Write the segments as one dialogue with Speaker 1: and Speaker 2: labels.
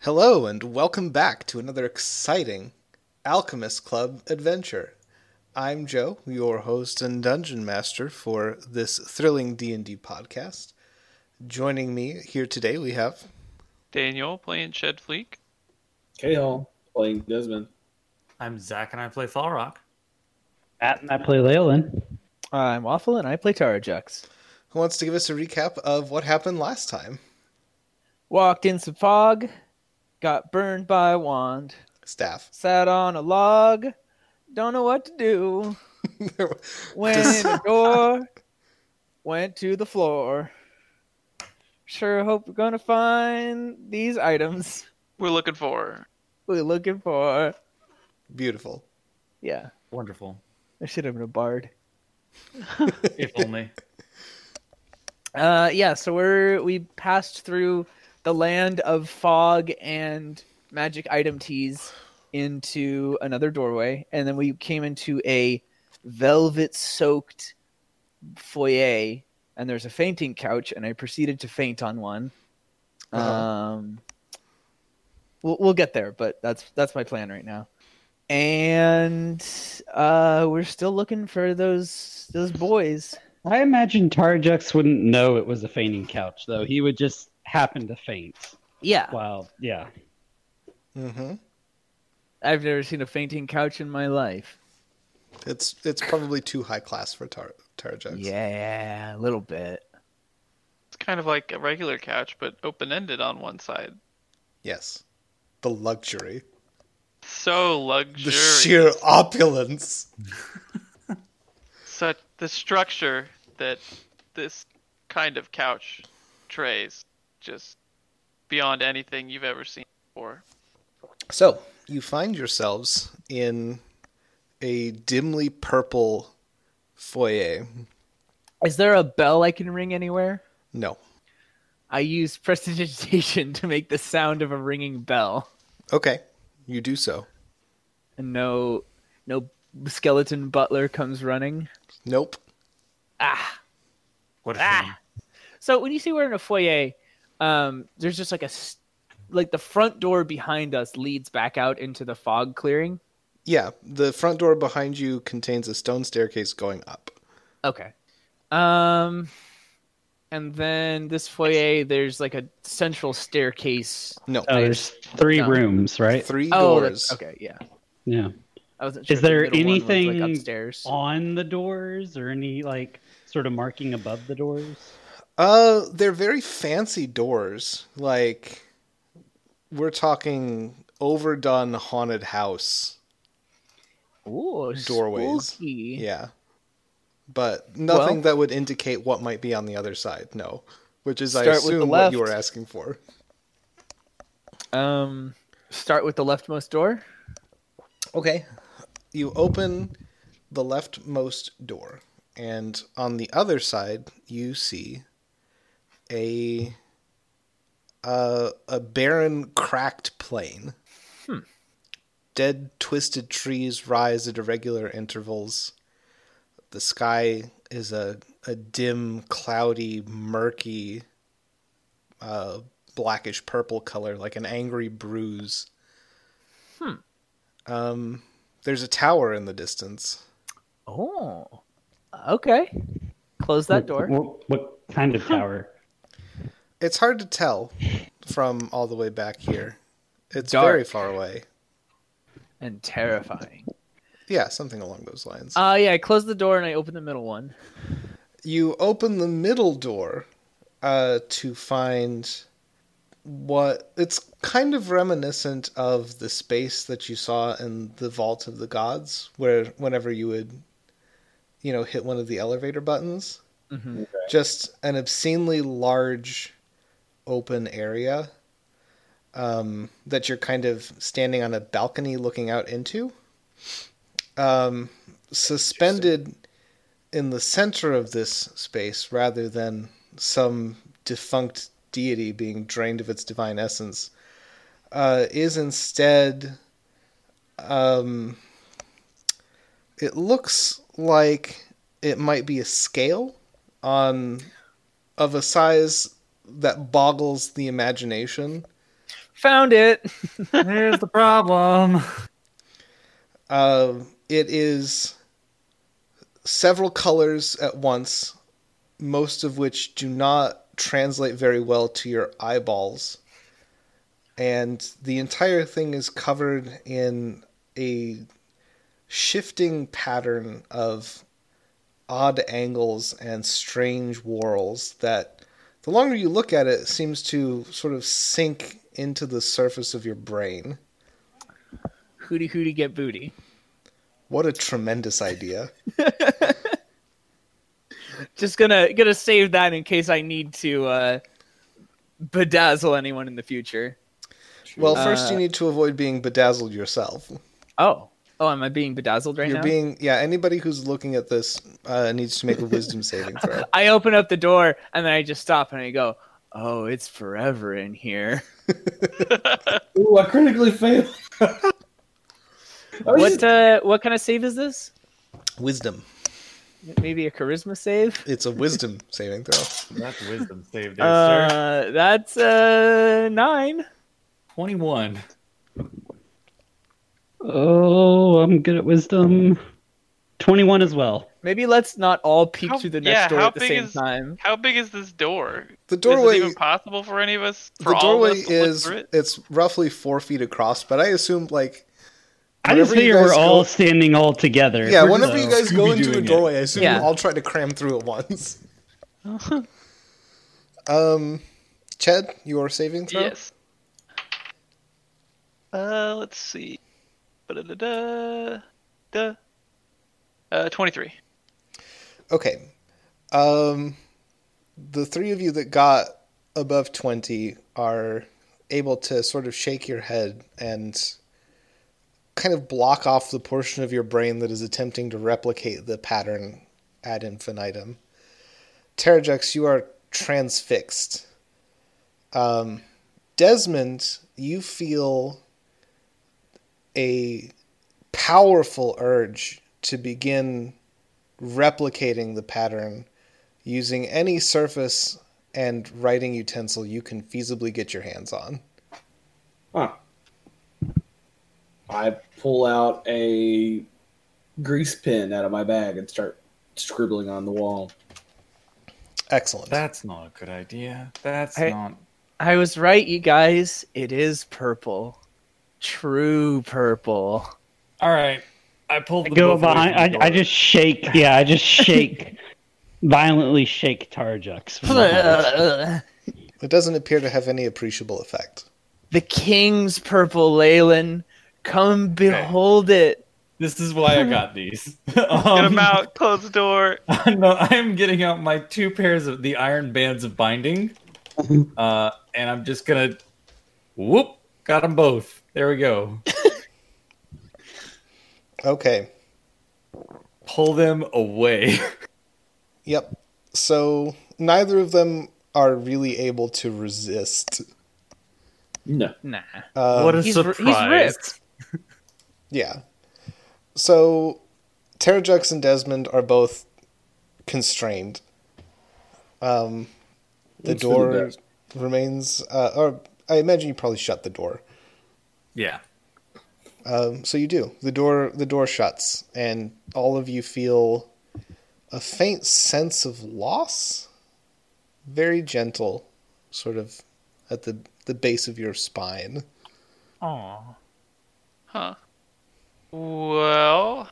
Speaker 1: Hello, and welcome back to another exciting Alchemist Club adventure. I'm Joe, your host and dungeon master for this thrilling D&D podcast. Joining me here today, we have
Speaker 2: Daniel playing Shed Fleek.
Speaker 3: Cahill playing Desmond.
Speaker 4: I'm Zach and I play Fall Rock.
Speaker 5: Matt and I play Leyland.
Speaker 6: I'm Waffle and I play Tara Jux.
Speaker 1: who wants to give us a recap of what happened last time.
Speaker 6: Walked in some fog, got burned by a wand,
Speaker 1: Staff.
Speaker 6: sat on a log, don't know what to do. Went in a door, went to the floor. Sure hope we're gonna find these items
Speaker 2: We're looking for.
Speaker 6: we're looking for.
Speaker 1: Beautiful.
Speaker 6: Yeah,
Speaker 4: Wonderful.
Speaker 6: I should have been a bard.
Speaker 4: If only.
Speaker 6: Uh, yeah, so we're we passed through the land of fog and magic item teas into another doorway, and then we came into a velvet-soaked foyer, and there's a fainting couch, and I proceeded to faint on one.
Speaker 1: Uh-oh.
Speaker 6: Um, we'll we'll get there, but that's that's my plan right now. And uh, we're still looking for those those boys.
Speaker 5: I imagine Tarjux wouldn't know it was a fainting couch, though. He would just happen to faint.
Speaker 6: Yeah.
Speaker 5: Wow. Yeah.
Speaker 1: hmm
Speaker 6: I've never seen a fainting couch in my life.
Speaker 1: It's it's probably too high class for Tar- Tarjux.
Speaker 6: Yeah, a little bit.
Speaker 2: It's kind of like a regular couch, but open ended on one side.
Speaker 1: Yes. The luxury.
Speaker 2: So
Speaker 1: The
Speaker 2: luxurious.
Speaker 1: sheer opulence.
Speaker 2: Such the structure that this kind of couch trays just beyond anything you've ever seen before.
Speaker 1: So you find yourselves in a dimly purple foyer.
Speaker 6: Is there a bell I can ring anywhere?
Speaker 1: No.
Speaker 6: I use prestidigitation to make the sound of a ringing bell.
Speaker 1: Okay. You do so.
Speaker 6: And no, no skeleton butler comes running.
Speaker 1: Nope.
Speaker 6: Ah.
Speaker 4: What a
Speaker 6: Ah.
Speaker 4: shame.
Speaker 6: So when you see we're in a foyer, um, there's just like a, s- like the front door behind us leads back out into the fog clearing.
Speaker 1: Yeah, the front door behind you contains a stone staircase going up.
Speaker 6: Okay. Um and then this foyer there's like a central staircase.
Speaker 1: No.
Speaker 5: Oh, there's three
Speaker 6: No.
Speaker 5: rooms, right?
Speaker 1: Three
Speaker 6: Oh,
Speaker 1: doors.
Speaker 6: that's, okay, yeah.
Speaker 5: Yeah.
Speaker 6: I
Speaker 5: Is
Speaker 6: wasn't sure if the
Speaker 5: there
Speaker 6: middle one was,
Speaker 5: anything
Speaker 6: like upstairs?
Speaker 5: On the doors or any like sort of marking above the doors?
Speaker 1: Uh, they're very fancy doors. Like we're talking overdone haunted house.
Speaker 6: Ooh,
Speaker 1: doorways?
Speaker 6: spooky.
Speaker 1: Yeah. But nothing that would indicate what might be on the other side. No. Which is I
Speaker 6: Start with the
Speaker 1: assume what you were
Speaker 6: left.
Speaker 1: asking for.
Speaker 6: Um start with the leftmost door.
Speaker 1: Okay. You open the leftmost door, and on the other side, you see a a, a barren, cracked plain. Dead, twisted trees rise at irregular intervals. The sky is a a dim, cloudy, murky, uh, blackish purple color, like an angry bruise. Um, there's a tower in the distance.
Speaker 6: Oh. Okay. Close that door.
Speaker 5: What, what kind of tower?
Speaker 1: It's hard to tell from all the way back here. It's
Speaker 6: Dark.
Speaker 1: very far away.
Speaker 6: And terrifying.
Speaker 1: Yeah, something along those lines.
Speaker 6: Uh yeah, I close the door and I open the middle one.
Speaker 1: you open the middle door uh, to find what it's kind of reminiscent of the space that you saw in the vault of the gods where whenever you would you know hit one of the elevator buttons
Speaker 6: Mhm.
Speaker 1: just an obscenely large open area um, that you're kind of standing on a balcony looking out into. Um, suspended in the center of this space, rather than some defunct deity being drained of its divine essence, uh, is instead. Um, it looks like it might be a scale on of a size that boggles the imagination
Speaker 6: Found it.
Speaker 4: Here's the problem.
Speaker 1: Uh, it is several colors at once, most of which do not translate very well to your eyeballs. And the entire thing is covered in a shifting pattern of odd angles and strange whorls that the longer you look at it seems to sort of sink into the surface of your brain.
Speaker 6: Hooty hooty get booty.
Speaker 1: What a tremendous idea.
Speaker 6: Just gonna gonna save that in case I need to uh, bedazzle anyone in the future.
Speaker 1: Well, first you
Speaker 6: Uh,
Speaker 1: need to avoid being bedazzled yourself.
Speaker 6: Oh, oh, am I being bedazzled right
Speaker 1: You're
Speaker 6: now?
Speaker 1: being yeah. Anybody who's looking at this uh, needs to make a wisdom saving throw.
Speaker 6: I open up the door and then I just stop and I go, "Oh, it's forever in here."
Speaker 3: Ooh, I critically failed. Oh,
Speaker 6: What uh, what kind of save is this?
Speaker 1: wisdom.
Speaker 6: Maybe a charisma save.
Speaker 1: It's a wisdom saving throw.
Speaker 4: That's wisdom saved, there, sir.
Speaker 6: Uh, that's uh nine.
Speaker 4: 21.
Speaker 5: Oh, I'm good at wisdom. 21 as well.
Speaker 6: Maybe let's not all peek
Speaker 2: How-
Speaker 6: through the next
Speaker 2: yeah,
Speaker 6: door
Speaker 2: how
Speaker 6: at the
Speaker 2: big
Speaker 6: same
Speaker 2: is-
Speaker 6: time.
Speaker 2: How big is this door?
Speaker 1: The
Speaker 2: Is
Speaker 1: doorway.
Speaker 2: it even possible for any of us? For
Speaker 1: The
Speaker 2: all
Speaker 1: doorway
Speaker 2: of us to look
Speaker 1: is
Speaker 2: through it?
Speaker 1: it's roughly four feet across, but I assume like
Speaker 5: I just
Speaker 1: Whenever you
Speaker 5: figure
Speaker 1: guys
Speaker 5: we're
Speaker 1: go-
Speaker 5: all standing all together.
Speaker 1: yeah.
Speaker 5: We're
Speaker 1: Whenever
Speaker 5: just-
Speaker 1: you guys go into a
Speaker 4: Scooby-Dooing it.
Speaker 1: doorway, I assume
Speaker 6: Yeah.
Speaker 1: you all try to cram through at once. um, Chad, your saving throw.
Speaker 2: Yes. Uh, let's see. Ba-da-da-da. Da. Uh, 23.
Speaker 1: Okay. Um, the three of you that got above 20 are able to sort of shake your head and kind of block off the portion of your brain that is attempting to replicate the pattern ad infinitum. Terrajex, you are transfixed. Um, Desmond, you feel a powerful urge to begin replicating the pattern using any surface and writing utensil you can feasibly get your hands on.
Speaker 3: Huh. I pull out a grease pen out of my bag and start scribbling on the wall.
Speaker 1: Excellent.
Speaker 4: That's not a good idea. That's
Speaker 6: Hey.
Speaker 4: not.
Speaker 6: I was right, you guys. It is purple. True purple.
Speaker 4: All right. I pulled
Speaker 5: I
Speaker 4: the
Speaker 5: go
Speaker 4: book away
Speaker 5: behind.
Speaker 4: from the
Speaker 5: I, I
Speaker 4: door.
Speaker 5: just shake. Yeah, I just shake. violently shake Tarjux. from behind.
Speaker 1: It doesn't appear to have any appreciable effect.
Speaker 6: the king's purple, Leyland. Come behold it.
Speaker 4: This is why I got these.
Speaker 2: Get
Speaker 4: Um,
Speaker 2: him out. Close the door.
Speaker 4: no, I'm getting out my two pairs of the iron bands of binding, uh, and I'm just gonna whoop. Got them both. There we go.
Speaker 1: Okay.
Speaker 4: Pull them away.
Speaker 1: Yep. So neither of them are really able to resist.
Speaker 3: No.
Speaker 6: Nah.
Speaker 1: Um,
Speaker 4: what a
Speaker 6: He's- he's
Speaker 4: surprise!
Speaker 6: ripped.
Speaker 1: Yeah. So Terrajux and Desmond are both constrained. Um, the
Speaker 3: Looks for the
Speaker 1: door
Speaker 3: best.
Speaker 1: remains, uh, or I imagine you probably shut the door.
Speaker 4: yeah,
Speaker 1: Um, so you do. The door the door shuts, and all of you feel a faint sense of loss, very gentle, sort of at the the base of your spine.
Speaker 2: Huh. Well,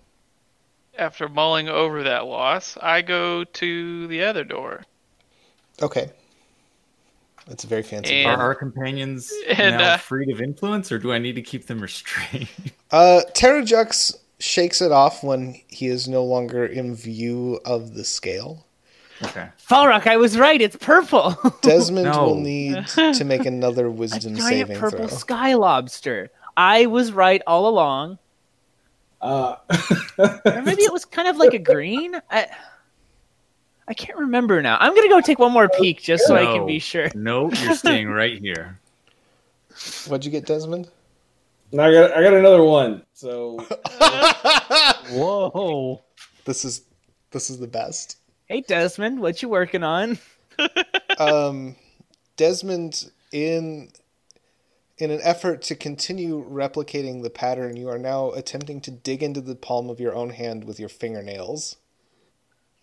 Speaker 2: after mulling over that loss, I go to the other door.
Speaker 1: Okay, that's a very fancy.
Speaker 6: Eh.
Speaker 2: And-
Speaker 4: are
Speaker 1: door.
Speaker 4: our companions
Speaker 2: and,
Speaker 4: now
Speaker 2: uh,
Speaker 4: freed of influence, or do I need to keep them restrained?
Speaker 1: Uh, Terrajux shakes it off when he is no longer in view of the scale.
Speaker 4: okay.
Speaker 6: Falrock, I was right. It's purple.
Speaker 1: Desmond
Speaker 4: No.
Speaker 1: will need to make another
Speaker 6: A
Speaker 1: wisdom
Speaker 6: giant
Speaker 1: saving
Speaker 6: purple
Speaker 1: throw.
Speaker 6: sky lobster. I was right all along.
Speaker 3: Uh,
Speaker 6: Or maybe it was kind of like a green. I I can't remember now. I'm gonna go take one more peek just so I can
Speaker 4: No.
Speaker 6: be sure.
Speaker 4: No, you're staying right here.
Speaker 1: What'd you get, Desmond?
Speaker 3: and I got I got another one. So
Speaker 5: Whoa.
Speaker 1: This is this is the best.
Speaker 6: Hey Desmond, what you working on?
Speaker 1: um, Desmond in In an effort to continue replicating the pattern, you are now attempting to dig into the palm of your own hand with your fingernails.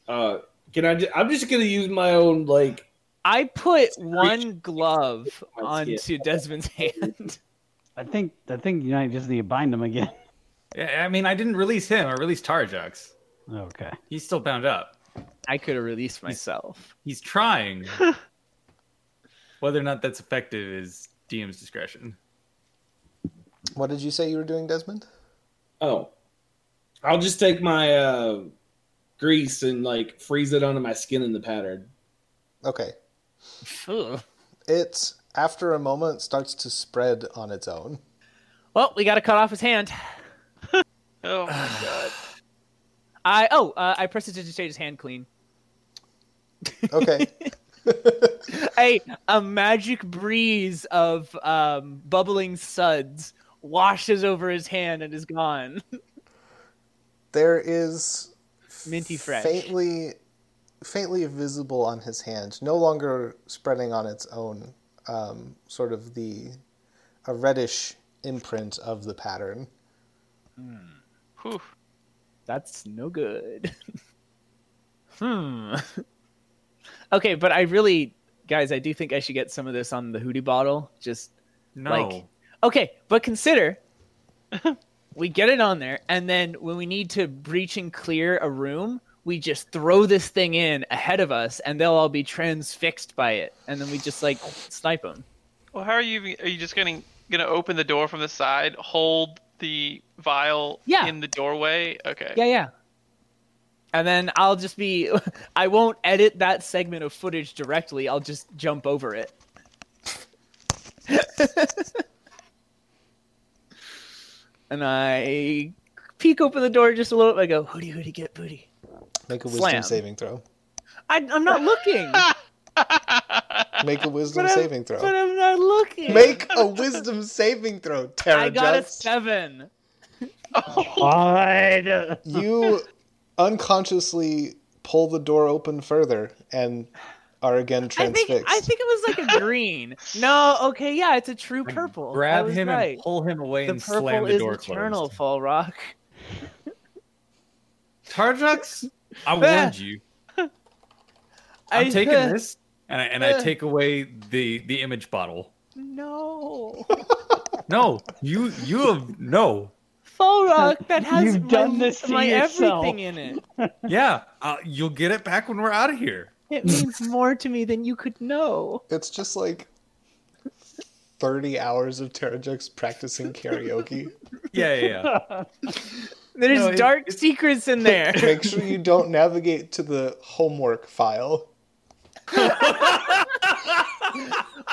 Speaker 3: Uh, can I? Just, I'm just gonna use my own like.
Speaker 6: I put one glove
Speaker 3: I see
Speaker 6: onto Desmond's hand.
Speaker 5: I think I think you might just need to bind him again.
Speaker 4: Yeah, I mean, I didn't release him. I released Tarjax.
Speaker 5: Okay.
Speaker 4: He's still bound up.
Speaker 6: I could have released myself.
Speaker 4: He's trying. Whether or not that's effective is DM's discretion.
Speaker 1: What did you say you were doing, Desmond?
Speaker 3: Oh, I'll just take my uh, grease and like freeze it onto my skin in the pattern.
Speaker 1: Okay.
Speaker 6: Ugh.
Speaker 1: It, after a moment, starts to spread on its own.
Speaker 6: Well, we got to cut off his hand.
Speaker 2: Oh my god.
Speaker 6: I oh, uh, I pressed it to state his hand clean.
Speaker 1: Okay.
Speaker 6: a a magic breeze of um, bubbling suds washes over his hand and is gone.
Speaker 1: there is
Speaker 6: Minty fresh.
Speaker 1: faintly faintly visible on his hand no longer spreading on its own um, sort of the a reddish imprint of the pattern
Speaker 2: Whew.
Speaker 6: That's no good. hmm. Okay, but I really, guys, I do think I should get some of this on the hoodie bottle. Just
Speaker 4: No.
Speaker 6: Like- okay, but consider we get it on there, and then when we need to breach and clear a room, we just throw this thing in ahead of us, and they'll all be transfixed by it, and then we just like snipe them.
Speaker 2: Well, how are you? Even, are you just gonna gonna open the door from the side, hold the vial
Speaker 6: Yeah.
Speaker 2: in the doorway? Okay.
Speaker 6: Yeah, yeah. And then I'll just be I won't edit that segment of footage directly. I'll just jump over it. and I peek open the door just a little bit. I go, hooty hooty get booty.
Speaker 1: make a wisdom
Speaker 6: Slam.
Speaker 1: saving throw
Speaker 6: I, I'm not looking.
Speaker 1: make a wisdom
Speaker 6: But I-
Speaker 1: saving throw
Speaker 6: but I'm not looking.
Speaker 1: make a wisdom saving throw Terra
Speaker 6: I got a
Speaker 1: Jux.
Speaker 6: seven.
Speaker 5: God.
Speaker 1: you unconsciously pull the door open further and are again
Speaker 6: I think
Speaker 1: transfixed
Speaker 6: I think it was like a green. No, okay, yeah, it's a true purple. I
Speaker 4: Grab
Speaker 6: was
Speaker 4: him
Speaker 6: right.
Speaker 4: and pull him away
Speaker 6: the
Speaker 4: and
Speaker 6: purple
Speaker 4: slam the
Speaker 6: is
Speaker 4: door
Speaker 6: eternal,
Speaker 4: closed.
Speaker 6: Fall Rock.
Speaker 4: Tarjax, I warned you. I'm
Speaker 6: I-
Speaker 4: taking this, and I, and I
Speaker 6: Uh.
Speaker 4: take away the the image bottle.
Speaker 6: No,
Speaker 4: No, you you have no.
Speaker 6: Fall Rock. That has
Speaker 5: You've
Speaker 6: my,
Speaker 5: done this to
Speaker 6: my
Speaker 5: yourself.
Speaker 6: everything in it.
Speaker 4: Yeah, uh, you'll get it back when we're out of here.
Speaker 6: It means more to me than you could know.
Speaker 1: it's just like 30 hours of Terra Jux practicing karaoke
Speaker 4: Yeah, yeah, yeah.
Speaker 6: There's
Speaker 4: No, it-
Speaker 6: dark secrets in there.
Speaker 1: Make sure you don't navigate to the homework file.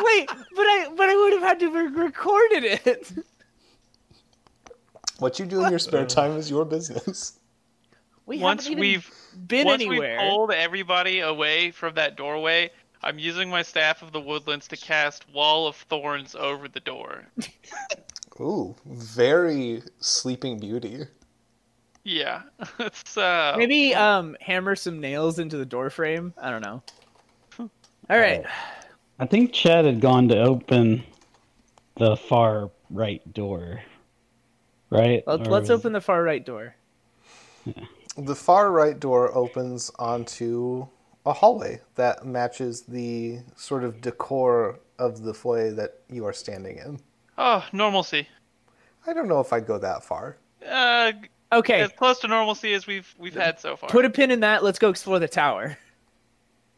Speaker 6: Wait, but I but I would have had to have recorded it.
Speaker 1: What you do in your spare time is your business.
Speaker 6: We
Speaker 2: once
Speaker 6: haven't even
Speaker 2: we've
Speaker 6: been
Speaker 2: once
Speaker 6: anywhere.
Speaker 2: we pulled everybody away from that doorway, I'm using my staff of the woodlands to cast Wall of Thorns over the door.
Speaker 1: Ooh, very Sleeping Beauty.
Speaker 2: Yeah, it's uh.
Speaker 6: Maybe um hammer some nails into the door frame. I don't know. All right.
Speaker 5: I think Chad had gone to open the far right door. Right?
Speaker 6: Let,
Speaker 5: Or
Speaker 6: let's
Speaker 5: was-
Speaker 6: open the far right door.
Speaker 1: The far right door opens onto a hallway that matches the sort of decor of the foyer that you are standing in.
Speaker 2: Oh, normalcy.
Speaker 1: I don't know if I'd go that far.
Speaker 2: Uh,
Speaker 6: Okay.
Speaker 2: as close to normalcy as we've we've had so far.
Speaker 6: Put a pin in that. Let's go explore the tower.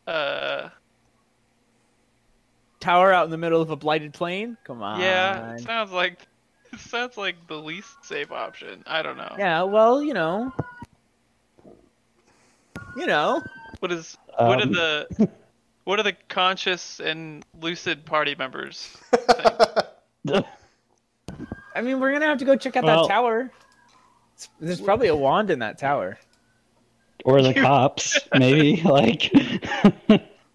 Speaker 2: uh,
Speaker 6: Tower out in the middle of a blighted plain. Come on.
Speaker 2: yeah, it sounds like it sounds like the least safe option. I don't know.
Speaker 6: Yeah. Well, you know. You know.
Speaker 2: What is what
Speaker 5: Um.
Speaker 2: are the what are the conscious and lucid party members? think?
Speaker 6: I mean, we're gonna have to go check out
Speaker 5: Well-
Speaker 6: that tower. It's- There's probably a wand in that tower.
Speaker 5: or the cops, maybe. Like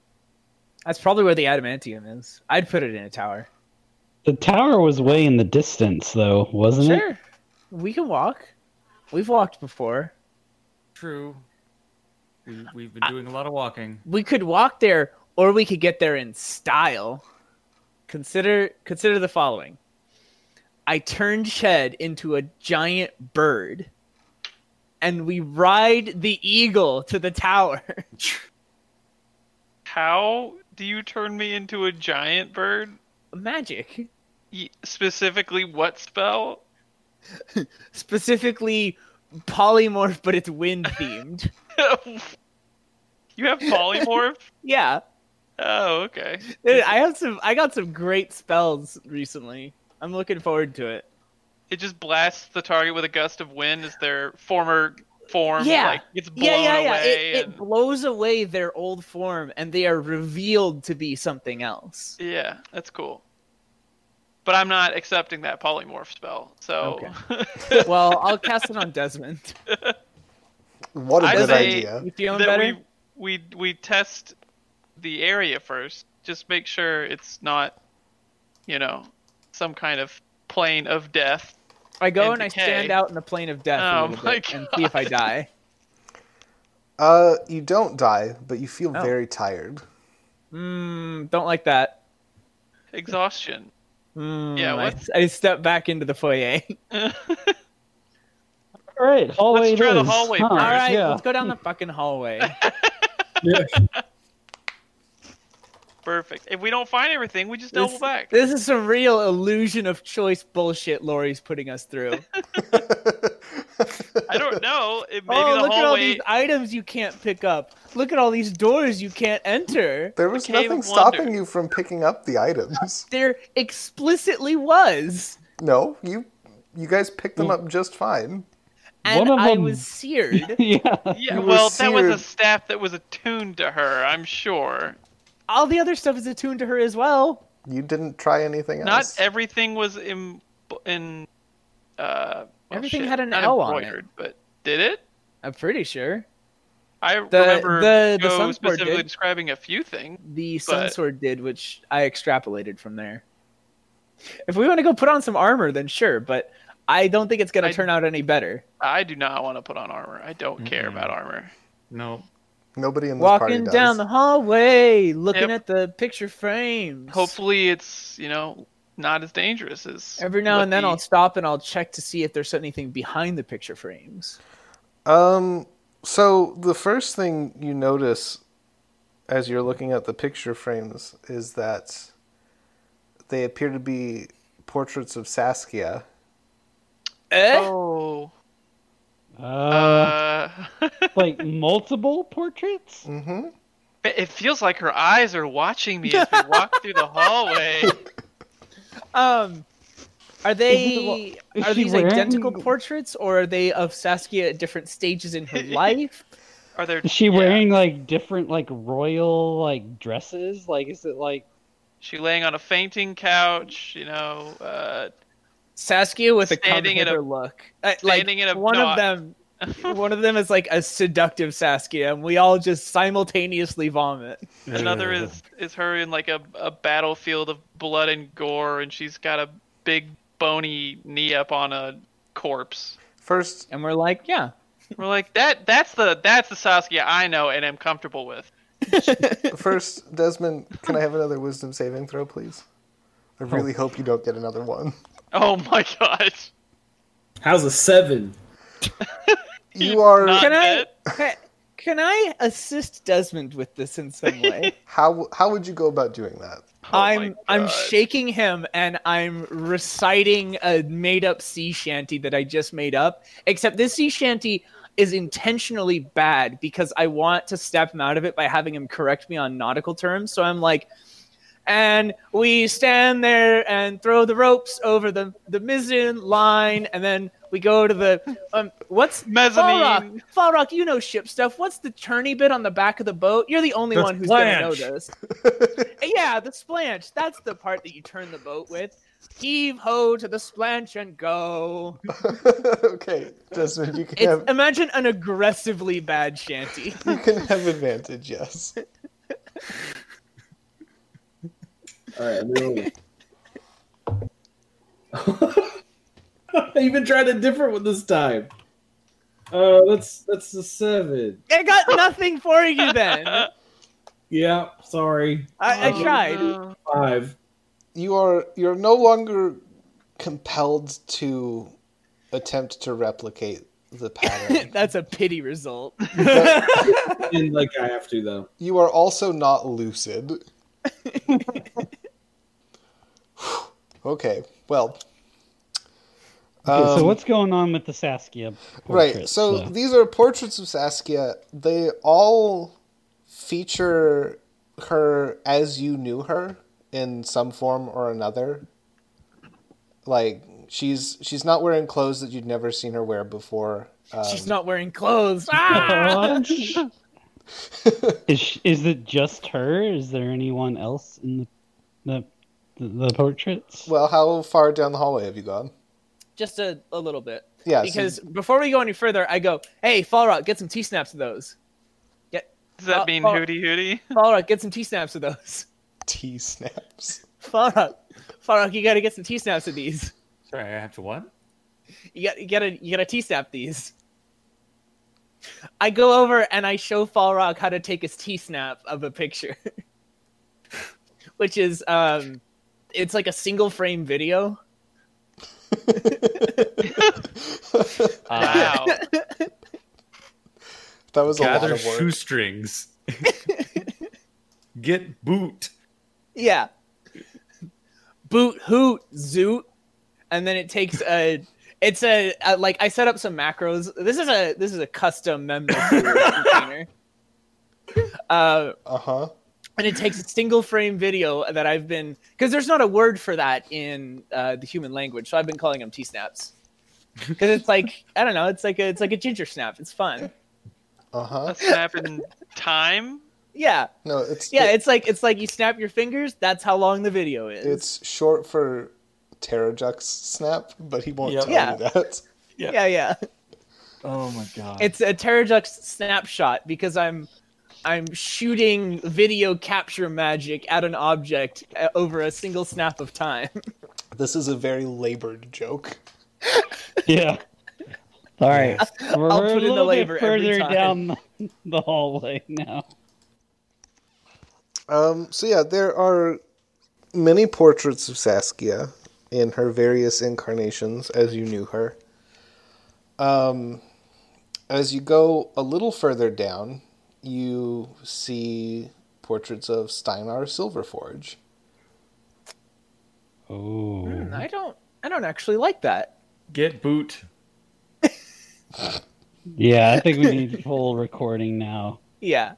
Speaker 6: That's probably where the adamantium is. I'd put it in a tower.
Speaker 5: the tower was way in the distance though, wasn't it?
Speaker 6: Sure. We can walk. We've walked before.
Speaker 4: True. We, we've been doing a lot of walking.
Speaker 6: We could walk there, or we could get there in style. Consider consider the following: I turned Shed into a giant bird, and we ride the eagle to the tower.
Speaker 2: How do you turn me into a giant bird?
Speaker 6: Magic,
Speaker 2: Y- Specifically, what spell?
Speaker 6: specifically polymorph, but it's wind themed.
Speaker 2: you have polymorph?
Speaker 6: yeah,
Speaker 2: oh, okay.
Speaker 6: Dude, I have some. I got some great spells recently. I'm looking forward to it.
Speaker 2: It just blasts the target with a gust of wind as their former form
Speaker 6: Yeah.
Speaker 2: like gets blown away.
Speaker 6: It, it
Speaker 2: and-
Speaker 6: blows away their old form, and they are revealed to be something else.
Speaker 2: Yeah, that's cool. But I'm not accepting that polymorph spell. So
Speaker 6: well, I'll cast it on Desmond.
Speaker 1: What a
Speaker 2: I
Speaker 1: good
Speaker 2: say-
Speaker 1: idea.
Speaker 6: You feeling
Speaker 2: that
Speaker 6: better?
Speaker 2: we, we we test the area first. Just make sure it's not, you know, some kind of plane of death.
Speaker 6: I go
Speaker 2: and
Speaker 6: and I
Speaker 2: decay.
Speaker 6: stand out in the plane of death
Speaker 2: Oh
Speaker 6: a little
Speaker 2: my
Speaker 6: bit and see if I die.
Speaker 1: Uh, you don't die, but you feel
Speaker 6: Oh.
Speaker 1: very tired.
Speaker 6: Mm, don't like that.
Speaker 2: Exhaustion.
Speaker 6: Mm,
Speaker 2: Yeah,
Speaker 6: I-
Speaker 2: what-
Speaker 6: I, step back into the foyer.
Speaker 5: All right, hallway.
Speaker 2: Let's
Speaker 5: it
Speaker 2: try the
Speaker 5: is.
Speaker 2: hallway
Speaker 5: Huh,
Speaker 2: first.
Speaker 6: All right,
Speaker 5: yeah.
Speaker 6: let's go down the fucking hallway.
Speaker 2: Perfect. If we don't find everything, we just double
Speaker 6: this,
Speaker 2: back.
Speaker 6: this is some real illusion of choice bullshit Lori's putting us through.
Speaker 2: I don't know. It maybe
Speaker 6: oh,
Speaker 2: the
Speaker 6: look at all
Speaker 2: hallway.
Speaker 6: these items you can't pick up. Look at all these doors you can't enter.
Speaker 1: There was
Speaker 2: The Cave
Speaker 1: nothing
Speaker 2: of
Speaker 1: stopping
Speaker 2: Wonders.
Speaker 1: you from picking up the items.
Speaker 6: There explicitly was.
Speaker 1: No, you you guys picked them
Speaker 2: Mm.
Speaker 1: up just fine.
Speaker 6: And
Speaker 5: One of
Speaker 6: I
Speaker 5: them-
Speaker 6: was seared.
Speaker 5: yeah.
Speaker 2: Yeah,
Speaker 1: You were
Speaker 2: well, that was a
Speaker 1: seared.
Speaker 2: staff that was attuned to her. I'm sure.
Speaker 6: all the other stuff is attuned to her as well.
Speaker 1: You didn't try anything
Speaker 2: Not
Speaker 1: else.
Speaker 2: everything was in. in uh, well,
Speaker 6: Everything
Speaker 2: shit,
Speaker 6: had an
Speaker 2: not
Speaker 6: L on it.
Speaker 2: embroidered, But did it?
Speaker 6: I'm pretty sure.
Speaker 2: I
Speaker 6: The-
Speaker 2: remember
Speaker 6: the- the
Speaker 2: Joe
Speaker 6: Sunsport
Speaker 2: specifically
Speaker 6: did.
Speaker 2: describing a few things.
Speaker 6: The Sun
Speaker 2: But-
Speaker 6: Sword did, which I extrapolated from there. If we want to go put on some armor, then sure, but I don't think it's going
Speaker 2: I-
Speaker 6: to turn out any better.
Speaker 2: I do not want to put on armor. I don't care about armor.
Speaker 4: No.
Speaker 1: Nobody in this party
Speaker 6: Walking
Speaker 1: does.
Speaker 6: down the hallway, looking
Speaker 2: Yep.
Speaker 6: at the picture frames.
Speaker 2: Hopefully, it's you know not as dangerous as
Speaker 6: Every now
Speaker 2: what
Speaker 6: and then
Speaker 2: the-
Speaker 6: I'll stop and I'll check to see if there's anything behind the picture frames.
Speaker 1: Um, so the first thing you notice as you're looking at the picture frames is that they appear to be portraits of Saskia.
Speaker 6: Eh?
Speaker 2: Oh,
Speaker 5: Uh,
Speaker 2: uh,
Speaker 5: like multiple portraits.
Speaker 1: Mm-hmm.
Speaker 2: it feels like her eyes are watching me as we walk through the hallway.
Speaker 6: Um, are they
Speaker 5: Is
Speaker 6: are
Speaker 5: she
Speaker 6: these
Speaker 5: wearing-
Speaker 6: identical portraits, or are they of Saskia at different stages in her life?
Speaker 2: Are there?
Speaker 5: Is she
Speaker 2: yeah.
Speaker 5: wearing like different like royal like dresses? Like is it like
Speaker 2: She laying on a fainting couch. You know, uh,
Speaker 6: Saskia with a
Speaker 2: Standing in a-
Speaker 6: cover look, Uh, like
Speaker 2: standing in a
Speaker 6: one
Speaker 2: knot.
Speaker 6: of them. One of them is like a seductive Saskia, and we all just simultaneously vomit.
Speaker 2: Another is is her in like a, a battlefield of blood and gore, and she's got a big bony knee up on a corpse.
Speaker 1: First,
Speaker 6: And we're like, yeah,
Speaker 2: We're like that. That's the that's the Saskia I know and am comfortable with.
Speaker 1: first, Desmond, can I have another wisdom saving throw, please? I really hope you don't get another one.
Speaker 2: Oh my god!
Speaker 3: How's a seven?
Speaker 1: You are
Speaker 2: Not
Speaker 6: Can I-
Speaker 2: dead?
Speaker 6: Ca- can I assist Desmond with this in some way?
Speaker 1: how how would you go about doing that?
Speaker 2: Oh my
Speaker 6: I'm I'm
Speaker 2: God.
Speaker 6: shaking him and I'm reciting a made up sea shanty that I just made up. Except this sea shanty is intentionally bad because I want to step him out of it by having him correct me on nautical terms. So I'm like, and we stand there and throw the ropes over the the mizzen line, and then we go to the um what's
Speaker 2: mezzanine.
Speaker 6: Falrock, Falrock, you know ship stuff. What's the turny bit on the back of the boat? You're the only
Speaker 4: The
Speaker 6: one who's
Speaker 4: splanch.
Speaker 6: gonna know this. yeah, the splanch. That's the part that you turn the boat with. Heave ho to the splanch and go.
Speaker 1: okay, Desmond, you can
Speaker 6: It's,
Speaker 1: have
Speaker 6: Imagine an aggressively bad shanty.
Speaker 1: you can have advantage. Yes.
Speaker 3: All right, I'm rolling. I even tried a different one this time. Uh, that's that's a seven.
Speaker 6: I got nothing for you then. I,
Speaker 3: Yeah, sorry,
Speaker 6: I
Speaker 2: Oh,
Speaker 6: tried.
Speaker 2: no.
Speaker 3: five.
Speaker 1: You are you're no longer compelled to attempt to replicate the pattern.
Speaker 6: That's a pity result.
Speaker 1: Um,
Speaker 3: And like I have to though.
Speaker 1: you are also not lucid. okay, well.
Speaker 5: Okay, so
Speaker 1: um,
Speaker 5: what's going on with the Saskia?
Speaker 1: Right.
Speaker 5: portraits,
Speaker 1: So
Speaker 5: though?
Speaker 1: these are portraits of Saskia. They all feature her as you knew her in some form or another. Like she's she's not wearing clothes that you'd never seen her wear before. Um,
Speaker 6: She's not wearing clothes. Ah!
Speaker 5: is sh- is it just her? Is there anyone else in the the, the portraits?
Speaker 1: Well, how far down the hallway have you gone?
Speaker 6: Just a, a little bit.
Speaker 1: Yeah. so-
Speaker 6: because before we go any further, I go, hey, Fall Rock, get some T snaps of those.
Speaker 2: Does that
Speaker 6: Uh,
Speaker 2: mean
Speaker 6: oh.
Speaker 2: hooty hooty?
Speaker 6: Fall Rock, get some T snaps of those.
Speaker 1: T snaps.
Speaker 6: Fall Rock, Fall Rock, you gotta get some T snaps of these.
Speaker 4: Sorry, I have to what?
Speaker 6: You got you gotta you gotta T snap these. I go over and I show Fall Rock how to take his T snap of a picture. Which is um it's like a single frame video.
Speaker 2: Wow.
Speaker 4: Uh,
Speaker 1: That was a lot
Speaker 4: gather
Speaker 1: of work.
Speaker 4: shoestrings. Get boot.
Speaker 6: Yeah. Boot hoot zoot, and then it takes a. It's a, a like I set up some macros. This is a this is a custom member container. Uh,
Speaker 1: Uh huh.
Speaker 6: and it takes a single frame video that I've been because there's not a word for that in uh, the human language, so I've been calling them T snaps. Because it's like I don't know, it's like a it's like a ginger snap. It's fun.
Speaker 1: Uh huh.
Speaker 2: A snap in time?
Speaker 6: Yeah,
Speaker 1: No, it's
Speaker 6: yeah.
Speaker 1: it-
Speaker 6: It's like it's like you snap your fingers. That's how long the video is.
Speaker 1: it's short for Terrajux snap, but he won't
Speaker 4: Yep.
Speaker 1: tell
Speaker 6: Yeah.
Speaker 1: you that.
Speaker 6: yeah, yeah.
Speaker 4: Oh my god.
Speaker 6: it's a Terrajux snapshot because I'm I'm shooting video capture magic at an object uh, over a single snap of time.
Speaker 1: This is a very labored joke.
Speaker 5: Yeah. All right. We're,
Speaker 6: I'll
Speaker 5: we're
Speaker 6: put in
Speaker 5: a
Speaker 6: the
Speaker 5: little bit
Speaker 6: labor every
Speaker 5: further
Speaker 6: time.
Speaker 5: down the, the hallway now.
Speaker 1: Um, so yeah, there are many portraits of Saskia in her various incarnations as you knew her. Um, as you go a little further down, you see portraits of Steinar Silverforge.
Speaker 5: Oh.
Speaker 6: I don't I don't actually like that.
Speaker 4: Get boot.
Speaker 5: Yeah, I think we need full recording now.
Speaker 6: Yeah.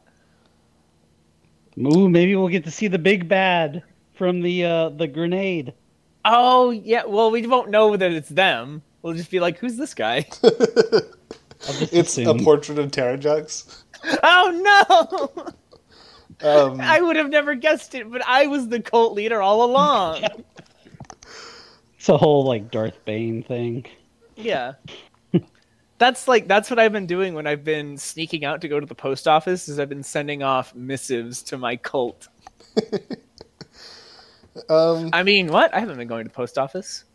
Speaker 5: Ooh, maybe we'll get to see the big bad from the uh, the grenade.
Speaker 6: Oh yeah. Well, we won't know that it's them. We'll just be like, who's this guy?
Speaker 5: I'll just
Speaker 1: It's a
Speaker 5: assume.
Speaker 1: portrait of Terrajux.
Speaker 6: oh no!
Speaker 1: Um,
Speaker 6: I would have never guessed it, but I was the cult leader all along.
Speaker 5: It's a whole like Darth Bane thing.
Speaker 6: Yeah. That's like that's what I've been doing when I've been sneaking out to go to the post office is I've been sending off missives to my cult.
Speaker 1: um,
Speaker 6: I mean, what? I haven't been going to the post office.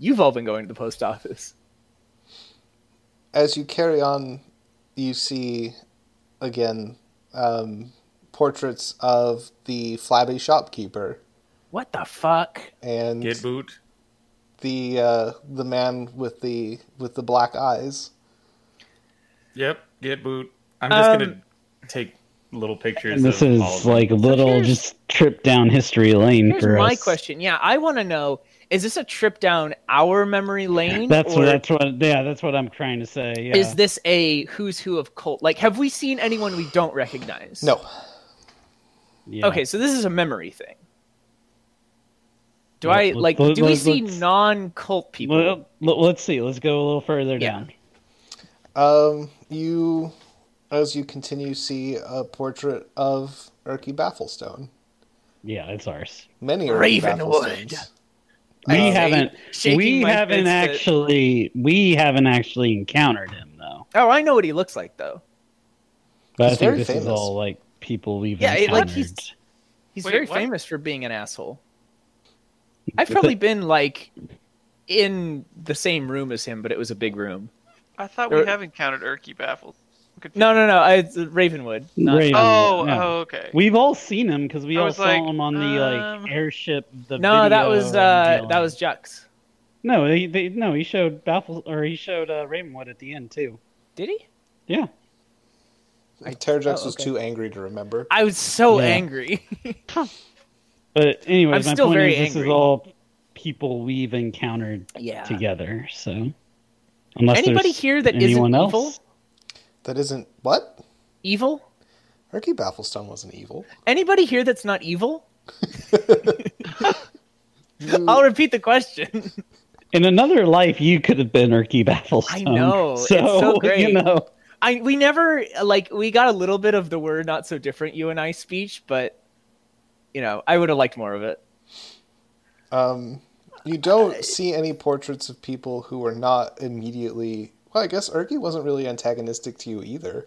Speaker 6: You've all been going to the post office.
Speaker 1: as you carry on, you see again um, portraits of the flabby shopkeeper
Speaker 6: What the fuck?
Speaker 1: and
Speaker 4: Get boot.
Speaker 1: the uh, the man with the with the black eyes.
Speaker 4: Yep. Get boot. I'm just
Speaker 6: Um,
Speaker 4: gonna take little pictures.
Speaker 5: And this
Speaker 4: of
Speaker 5: is
Speaker 4: all of them.
Speaker 5: like a little
Speaker 6: here's-
Speaker 5: just trip down history lane
Speaker 6: Here's
Speaker 5: for
Speaker 6: my
Speaker 5: us.
Speaker 6: question. Yeah, I want to know: Is this a trip down our memory lane?
Speaker 5: That's
Speaker 6: or
Speaker 5: what that's what yeah, that's what I'm trying to say. Yeah.
Speaker 6: Is this a who's who of cult? Like, have we seen anyone we don't recognize?
Speaker 1: No,
Speaker 5: Yeah.
Speaker 6: Okay, so this is a memory thing. Do
Speaker 5: Let-
Speaker 6: I
Speaker 5: let-
Speaker 6: like?
Speaker 5: let-
Speaker 6: do we
Speaker 5: let-
Speaker 6: see
Speaker 5: let's-
Speaker 6: non-cult people?
Speaker 5: Well, let- let's see. Let's go a little further
Speaker 6: Yeah.
Speaker 5: down.
Speaker 1: um, you as you continue see a portrait of Erky Bafflestone.
Speaker 5: Yeah, it's ours.
Speaker 1: Many Erky
Speaker 6: Ravenwood.
Speaker 1: Bafflestones. Um,
Speaker 5: We
Speaker 6: say,
Speaker 5: haven't.
Speaker 6: shaking
Speaker 5: We
Speaker 6: my
Speaker 5: haven't
Speaker 6: fist at-
Speaker 5: actually. We haven't actually encountered him though.
Speaker 6: oh, I know what he looks like though.
Speaker 5: But
Speaker 1: He's
Speaker 5: I think
Speaker 1: very
Speaker 5: this is
Speaker 1: famous.
Speaker 5: all like people we've
Speaker 6: Yeah, it-
Speaker 5: encountered.
Speaker 6: like, he's- He's
Speaker 2: Wait,
Speaker 6: very
Speaker 2: what?
Speaker 6: famous for being an asshole. I've probably been like in the same room as him, but it was a big room.
Speaker 2: I thought
Speaker 6: Er-
Speaker 2: we have encountered Erky Baffled. confused.
Speaker 6: No, no, no. I, it's Ravenwood. Not,
Speaker 5: Raven,
Speaker 2: Oh,
Speaker 5: yeah.
Speaker 2: oh, okay.
Speaker 5: We've all seen him because we
Speaker 2: I
Speaker 5: all
Speaker 2: was
Speaker 5: saw
Speaker 2: like,
Speaker 5: him on the
Speaker 2: um,
Speaker 5: like airship. The
Speaker 6: no, that
Speaker 5: video
Speaker 6: was
Speaker 5: and
Speaker 6: uh,
Speaker 5: deal.
Speaker 6: that was Jux.
Speaker 5: no, they, they, no. He showed Baffle or he showed uh, Ravenwood at the end too.
Speaker 6: Did he?
Speaker 5: Yeah,
Speaker 1: Terrajex
Speaker 6: Oh,
Speaker 1: was
Speaker 6: okay.
Speaker 1: too angry to remember.
Speaker 6: I was so
Speaker 5: Yeah.
Speaker 6: angry.
Speaker 5: but anyways,
Speaker 6: I'm
Speaker 5: my
Speaker 6: still
Speaker 5: point
Speaker 6: very
Speaker 5: is this
Speaker 6: angry.
Speaker 5: is all people we've encountered
Speaker 6: yeah.
Speaker 5: together. So unless
Speaker 6: Anybody
Speaker 5: there's
Speaker 6: here that
Speaker 5: anyone
Speaker 6: isn't
Speaker 5: else,
Speaker 6: evil?
Speaker 1: That isn't what?
Speaker 6: Evil?
Speaker 1: Ricky Bafflestone wasn't evil.
Speaker 6: Anybody here that's not evil? I'll repeat the question.
Speaker 5: in another life, you could have been Erky Bafflestone.
Speaker 6: I know, it's
Speaker 5: So,
Speaker 6: so great.
Speaker 5: You know,
Speaker 6: I we never like we got a little bit of the word not so different you and I speech, but you know, I would have liked more of it.
Speaker 1: Um, you
Speaker 6: Uh,
Speaker 1: don't see any portraits of people who were not immediately. Well, I guess Erky wasn't really antagonistic to you either.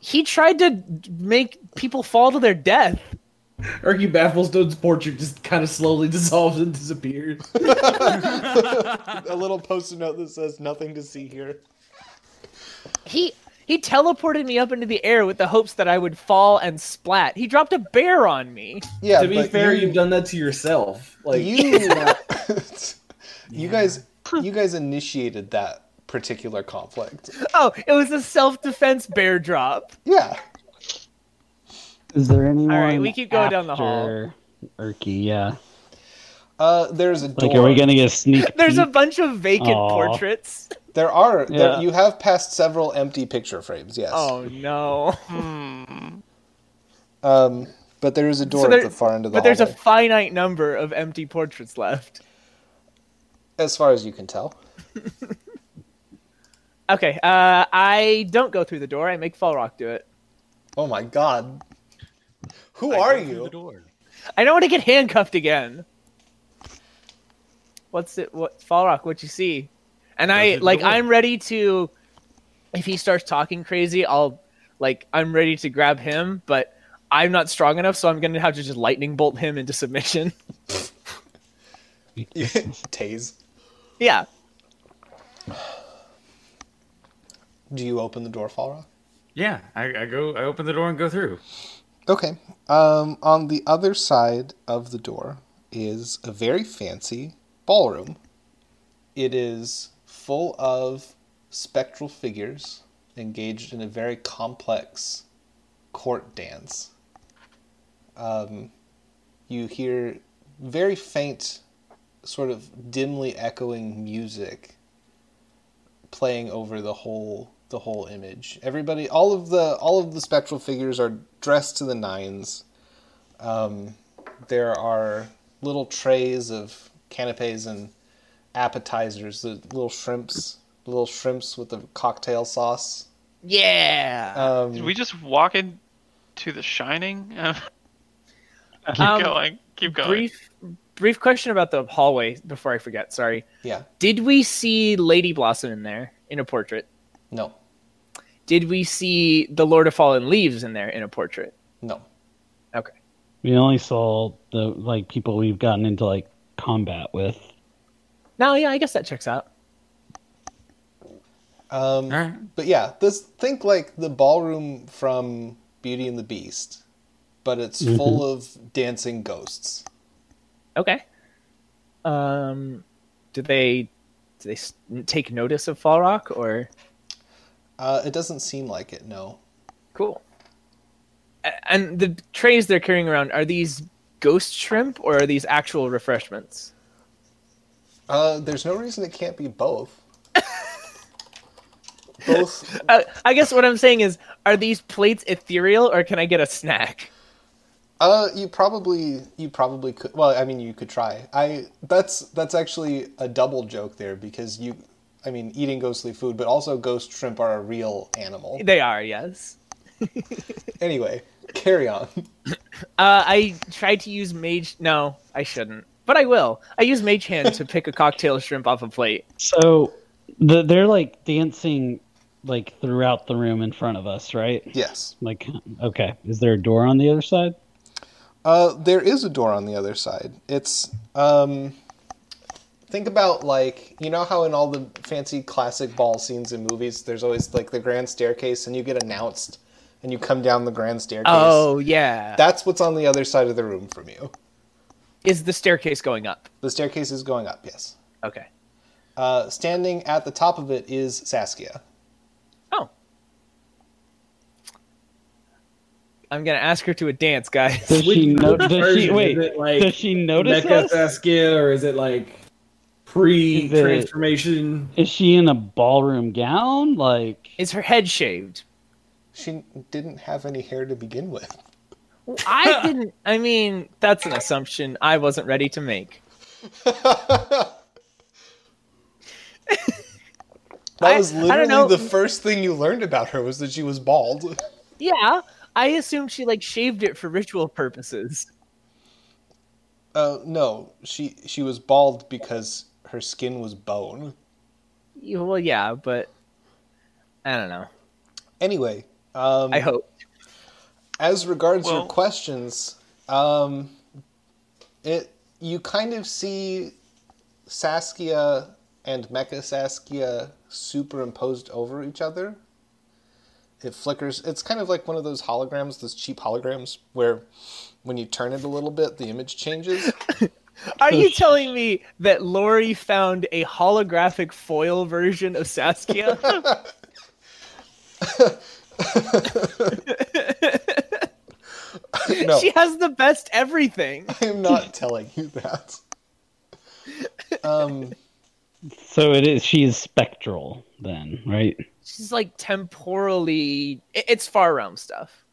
Speaker 6: He tried to d- make people fall to their death.
Speaker 3: Erky Bafflestone's portrait just kind of slowly dissolves and disappears.
Speaker 1: A little post-it note that says "Nothing to see here."
Speaker 6: He he teleported me up into the air with the hopes that I would fall and splat. He dropped a bear on me.
Speaker 1: Yeah,
Speaker 3: to be
Speaker 1: but
Speaker 3: fair,
Speaker 1: you,
Speaker 3: you've done that to yourself. Like
Speaker 1: you, you guys, you guys initiated that particular conflict.
Speaker 6: Oh, it was a self-defense bear drop.
Speaker 1: Yeah,
Speaker 5: is there anyone?
Speaker 6: we keep going down the hall.
Speaker 5: after Erky, yeah.
Speaker 1: uh, there's a door.
Speaker 5: Like, are we gonna get a sneak?
Speaker 6: There's a
Speaker 5: peek?
Speaker 6: bunch of vacant
Speaker 5: Aw.
Speaker 6: portraits.
Speaker 1: There are. There,
Speaker 5: Yeah.
Speaker 1: you have passed several empty picture frames. Yes.
Speaker 6: Oh no.
Speaker 1: Um, but there is a door
Speaker 6: there-
Speaker 1: at the far end of the
Speaker 6: But there's a
Speaker 1: hallway,
Speaker 6: finite number of empty portraits left.
Speaker 1: as far as you can tell.
Speaker 6: Okay, uh, I don't go through the door. I make Fall Rock do it.
Speaker 1: Oh my god. Who are you?
Speaker 6: I don't want to get handcuffed again. What's it? What Fall Rock? What you see? And I
Speaker 4: There's a
Speaker 6: like.
Speaker 4: door.
Speaker 6: I'm ready to. If he starts talking crazy, I'll like. I'm ready to grab him, but I'm not strong enough, so I'm gonna have to just lightning bolt him into submission.
Speaker 1: Taze.
Speaker 6: yeah.
Speaker 1: Do you open the door, Falrock?
Speaker 4: Yeah, I, I go. I open the door and go through.
Speaker 1: Okay. Um, on the other side of the door is a very fancy ballroom. It is full of spectral figures engaged in a very complex court dance. Um, you hear very faint, sort of dimly echoing music playing over the whole the whole image. Everybody, all of the all of the spectral figures are dressed to the nines. Um, there are little trays of canapes and appetizers, the little shrimps, little shrimps with the cocktail sauce.
Speaker 6: Yeah.
Speaker 1: Um,
Speaker 2: Did we just walk into The Shining? keep
Speaker 6: Um,
Speaker 2: going. Uh, Keep going.
Speaker 6: brief, brief question about the hallway before I forget. Sorry.
Speaker 1: yeah,
Speaker 6: Did we see Lady Blossom in there in a portrait?
Speaker 1: no,
Speaker 6: Did we see the Lord of Fallen Leaves in there in a portrait?
Speaker 1: no.
Speaker 5: We only saw the like people we've gotten into like combat with.
Speaker 6: No, yeah, I guess that checks out.
Speaker 1: Um,
Speaker 4: All right.
Speaker 1: But yeah, this think like the ballroom from Beauty and the Beast, but it's full of dancing ghosts.
Speaker 6: Okay. Um, do they do they s- take notice of Fall Rock or
Speaker 1: Uh, it doesn't seem like it. No,
Speaker 6: cool? A- And the trays they're carrying around are these ghost shrimp or are these actual refreshments?
Speaker 1: Uh, there's no reason it can't be both. both.
Speaker 6: Uh, I guess what I'm saying is, are these plates ethereal or can I get a snack?
Speaker 1: Uh, you probably you probably could. Well, I mean, you could try. I that's that's actually a double joke there because you, I mean, eating ghostly food, but also ghost shrimp are a real animal.
Speaker 6: They are, yes.
Speaker 1: Anyway, carry on.
Speaker 6: Uh, I tried to use mage. No, I shouldn't, but I will. I use mage hand to pick a cocktail shrimp off a plate.
Speaker 5: So the, they're like dancing like throughout the room in front of us, right?
Speaker 1: Yes.
Speaker 5: Like, okay, is there a door on the other side?
Speaker 1: Uh, there is a door on the other side. It's um, Think about like you know how in all the fancy classic ball scenes in movies, there's always like the grand staircase, and you get announced, and you come down the grand staircase.
Speaker 6: Oh yeah.
Speaker 1: that's what's on the other side of the room from you.
Speaker 6: Is the staircase going up?
Speaker 1: The staircase is going up. Yes.
Speaker 6: Okay.
Speaker 1: Uh, standing at the top of it is Saskia.
Speaker 6: Oh. I'm gonna ask her to a dance, guys.
Speaker 5: Does she
Speaker 3: Which
Speaker 5: know? Does she
Speaker 3: version?
Speaker 5: wait?
Speaker 3: Is it like
Speaker 5: does she notice
Speaker 3: Mecha
Speaker 5: us?
Speaker 3: Saskia, or is it like pre-transformation?
Speaker 5: Is she in a ballroom gown? Like,
Speaker 6: Is her head shaved?
Speaker 1: She didn't have any hair to begin with.
Speaker 6: I didn't. I mean, that's an assumption I wasn't ready to make.
Speaker 1: that
Speaker 6: I-
Speaker 1: was
Speaker 6: I don't
Speaker 1: literally
Speaker 6: know.
Speaker 1: the first thing you learned about her was that she was bald.
Speaker 6: Yeah, I assumed she like shaved it for ritual purposes.
Speaker 1: Uh, no, she she was bald because her skin was bone.
Speaker 6: Yeah, Well, yeah, but I don't know.
Speaker 1: Anyway, um,
Speaker 6: I hope.
Speaker 1: as regards your
Speaker 2: Well-
Speaker 1: questions, um, it you kind of see Saskia and Mecha Saskia superimposed over each other. It flickers. It's kind of like one of those holograms, those cheap holograms, where when you turn it a little bit, the image changes.
Speaker 6: Are you telling me that Lori found a holographic foil version of Saskia?
Speaker 1: no,
Speaker 6: She has the best everything.
Speaker 1: I'm not telling you that. Um,
Speaker 5: so it is. She is spectral, then, right?
Speaker 6: She's like temporally. i- It's far realm stuff.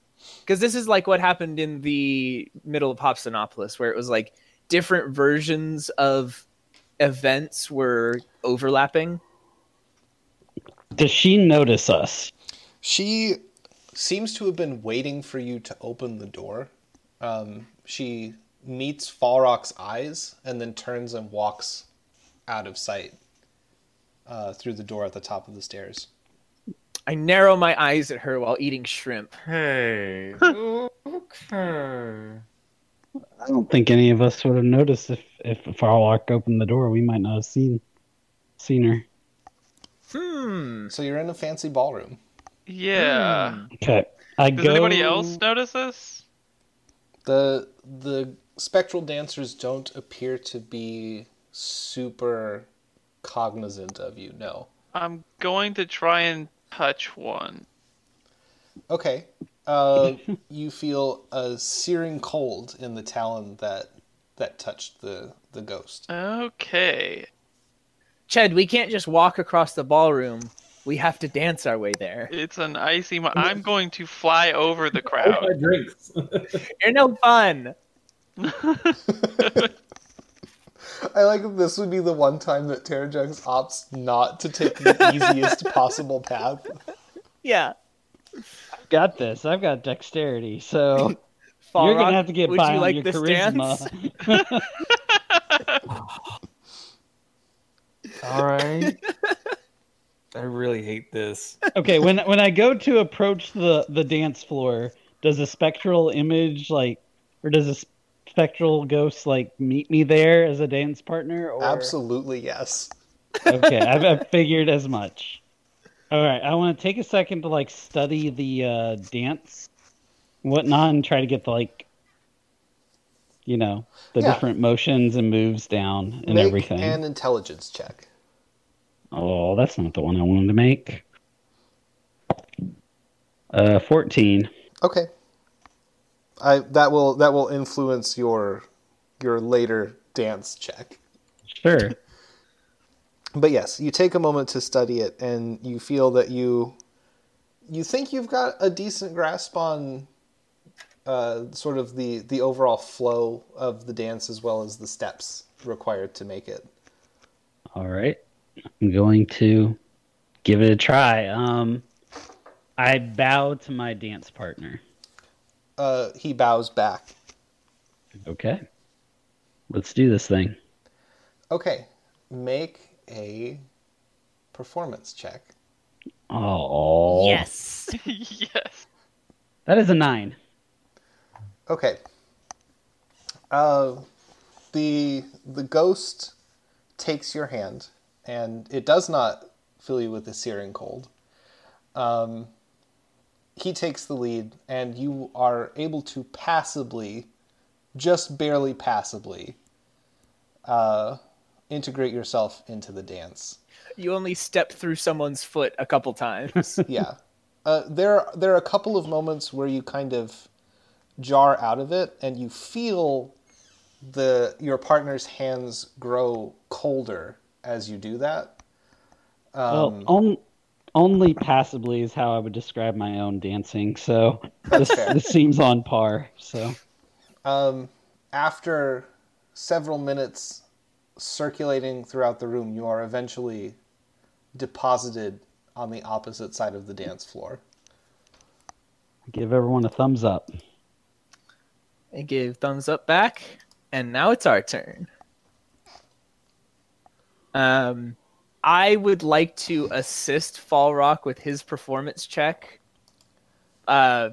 Speaker 6: Because this is like what happened in the middle of Hobsonopolis, where it was like different versions of events were overlapping.
Speaker 5: Does she notice us?
Speaker 1: She seems to have been waiting for you to open the door. Um, she meets Falrock's eyes and then turns and walks out of sight uh, through the door at the top of the stairs.
Speaker 6: I narrow my eyes at her while eating shrimp.
Speaker 4: Hey. okay.
Speaker 5: I don't think any of us would have noticed if if Farlock opened the door. We might not have seen seen her.
Speaker 6: Hmm.
Speaker 1: So you're in a fancy ballroom.
Speaker 2: Yeah.
Speaker 5: Okay, I
Speaker 2: Does
Speaker 5: go.
Speaker 2: anybody else notice this?
Speaker 1: The the spectral dancers don't appear to be super cognizant of you. No.
Speaker 2: I'm going to try and touch one.
Speaker 1: Okay. Uh, you feel a searing cold in the talon that that touched the the ghost.
Speaker 2: Okay.
Speaker 6: Ched, we can't just walk across the ballroom. We have to dance our way there.
Speaker 2: It's an icy. Mo- I'm going to fly over the
Speaker 3: Oh,
Speaker 2: crowd.
Speaker 3: my drinks.
Speaker 6: You're no fun.
Speaker 1: I like that this would be the one time that Terrajunks opts not to take the easiest possible path.
Speaker 6: Yeah.
Speaker 5: Got this. I've got dexterity, so
Speaker 6: Fall
Speaker 5: you're
Speaker 6: Rock,
Speaker 5: gonna have to get
Speaker 6: would
Speaker 5: by
Speaker 6: you
Speaker 5: on
Speaker 6: like
Speaker 5: your
Speaker 6: this
Speaker 5: charisma.
Speaker 6: dance?
Speaker 4: All right. I really hate this.
Speaker 5: okay, when when I go to approach the the dance floor, does a spectral image like, or does a spectral ghost like meet me there as a dance partner? Or...
Speaker 1: Absolutely, yes.
Speaker 5: okay, I've, I've figured as much. All right, I want to take a second to like study the uh, dance, whatnot, and try to get the like, you know, the
Speaker 1: Yeah.
Speaker 5: different motions and moves down and
Speaker 1: Make
Speaker 5: everything.
Speaker 1: an intelligence check.
Speaker 5: Oh, that's not the one I wanted to make. Uh, fourteen.
Speaker 1: Okay. I that will that will influence your your later dance check.
Speaker 5: Sure.
Speaker 1: but yes, you take a moment to study it, and you feel that you you think you've got a decent grasp on uh, sort of the the overall flow of the dance as well as the steps required to make it.
Speaker 5: All right. I'm going to give it a try. Um, I bow to my dance partner.
Speaker 1: Uh, he bows back.
Speaker 5: Okay. Let's do this thing.
Speaker 1: Okay, make a performance check.
Speaker 5: Oh.
Speaker 6: Yes.
Speaker 2: yes.
Speaker 5: That is a nine.
Speaker 1: Okay. Uh, the the ghost takes your hand, and it does not fill you with a searing cold. Um, he takes the lead, and you are able to passably, just barely passably, uh, integrate yourself into the dance.
Speaker 6: You only step through someone's foot a couple times.
Speaker 1: yeah. Uh, there, there are a couple of moments where you kind of jar out of it, and you feel the your partner's hands grow colder as you do that.
Speaker 6: Um,
Speaker 5: well, on, only passably is how I would describe my own dancing. So this,
Speaker 1: fair.
Speaker 5: this seems on par. So
Speaker 1: Um, after several minutes circulating throughout the room, you are eventually deposited on the opposite side of the dance floor.
Speaker 5: give everyone a thumbs up.
Speaker 6: I give thumbs up back, and now it's our turn. Um, I would like to assist Fall Rock with his performance check. Uh,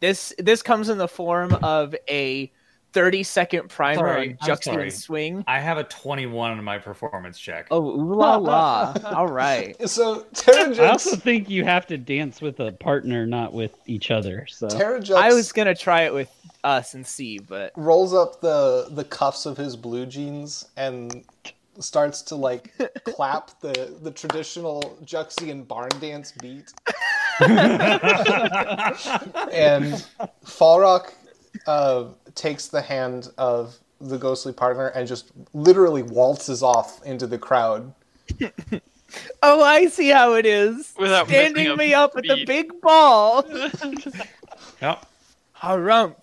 Speaker 6: this this comes in the form of a thirty second primer
Speaker 4: Sorry,
Speaker 6: on
Speaker 4: I'm
Speaker 6: juxta
Speaker 4: sorry.
Speaker 6: and swing.
Speaker 4: I have a 21 on my performance check.
Speaker 6: Oh ooh la la! All right.
Speaker 1: So Terrajux,
Speaker 5: I also think you have to dance with a partner, not with each other. So
Speaker 1: Terrajux
Speaker 6: I was gonna try it with us and see, but
Speaker 1: rolls up the the cuffs of his blue jeans and starts to like clap the the traditional Juxian barn dance beat. and Falrock uh, takes the hand of the ghostly partner and just literally waltzes off into the crowd.
Speaker 6: oh, I see how it is.
Speaker 2: Without missing
Speaker 6: Standing
Speaker 2: a
Speaker 6: me up with the
Speaker 2: beat.
Speaker 6: big ball.
Speaker 4: Yep.
Speaker 6: Harumph.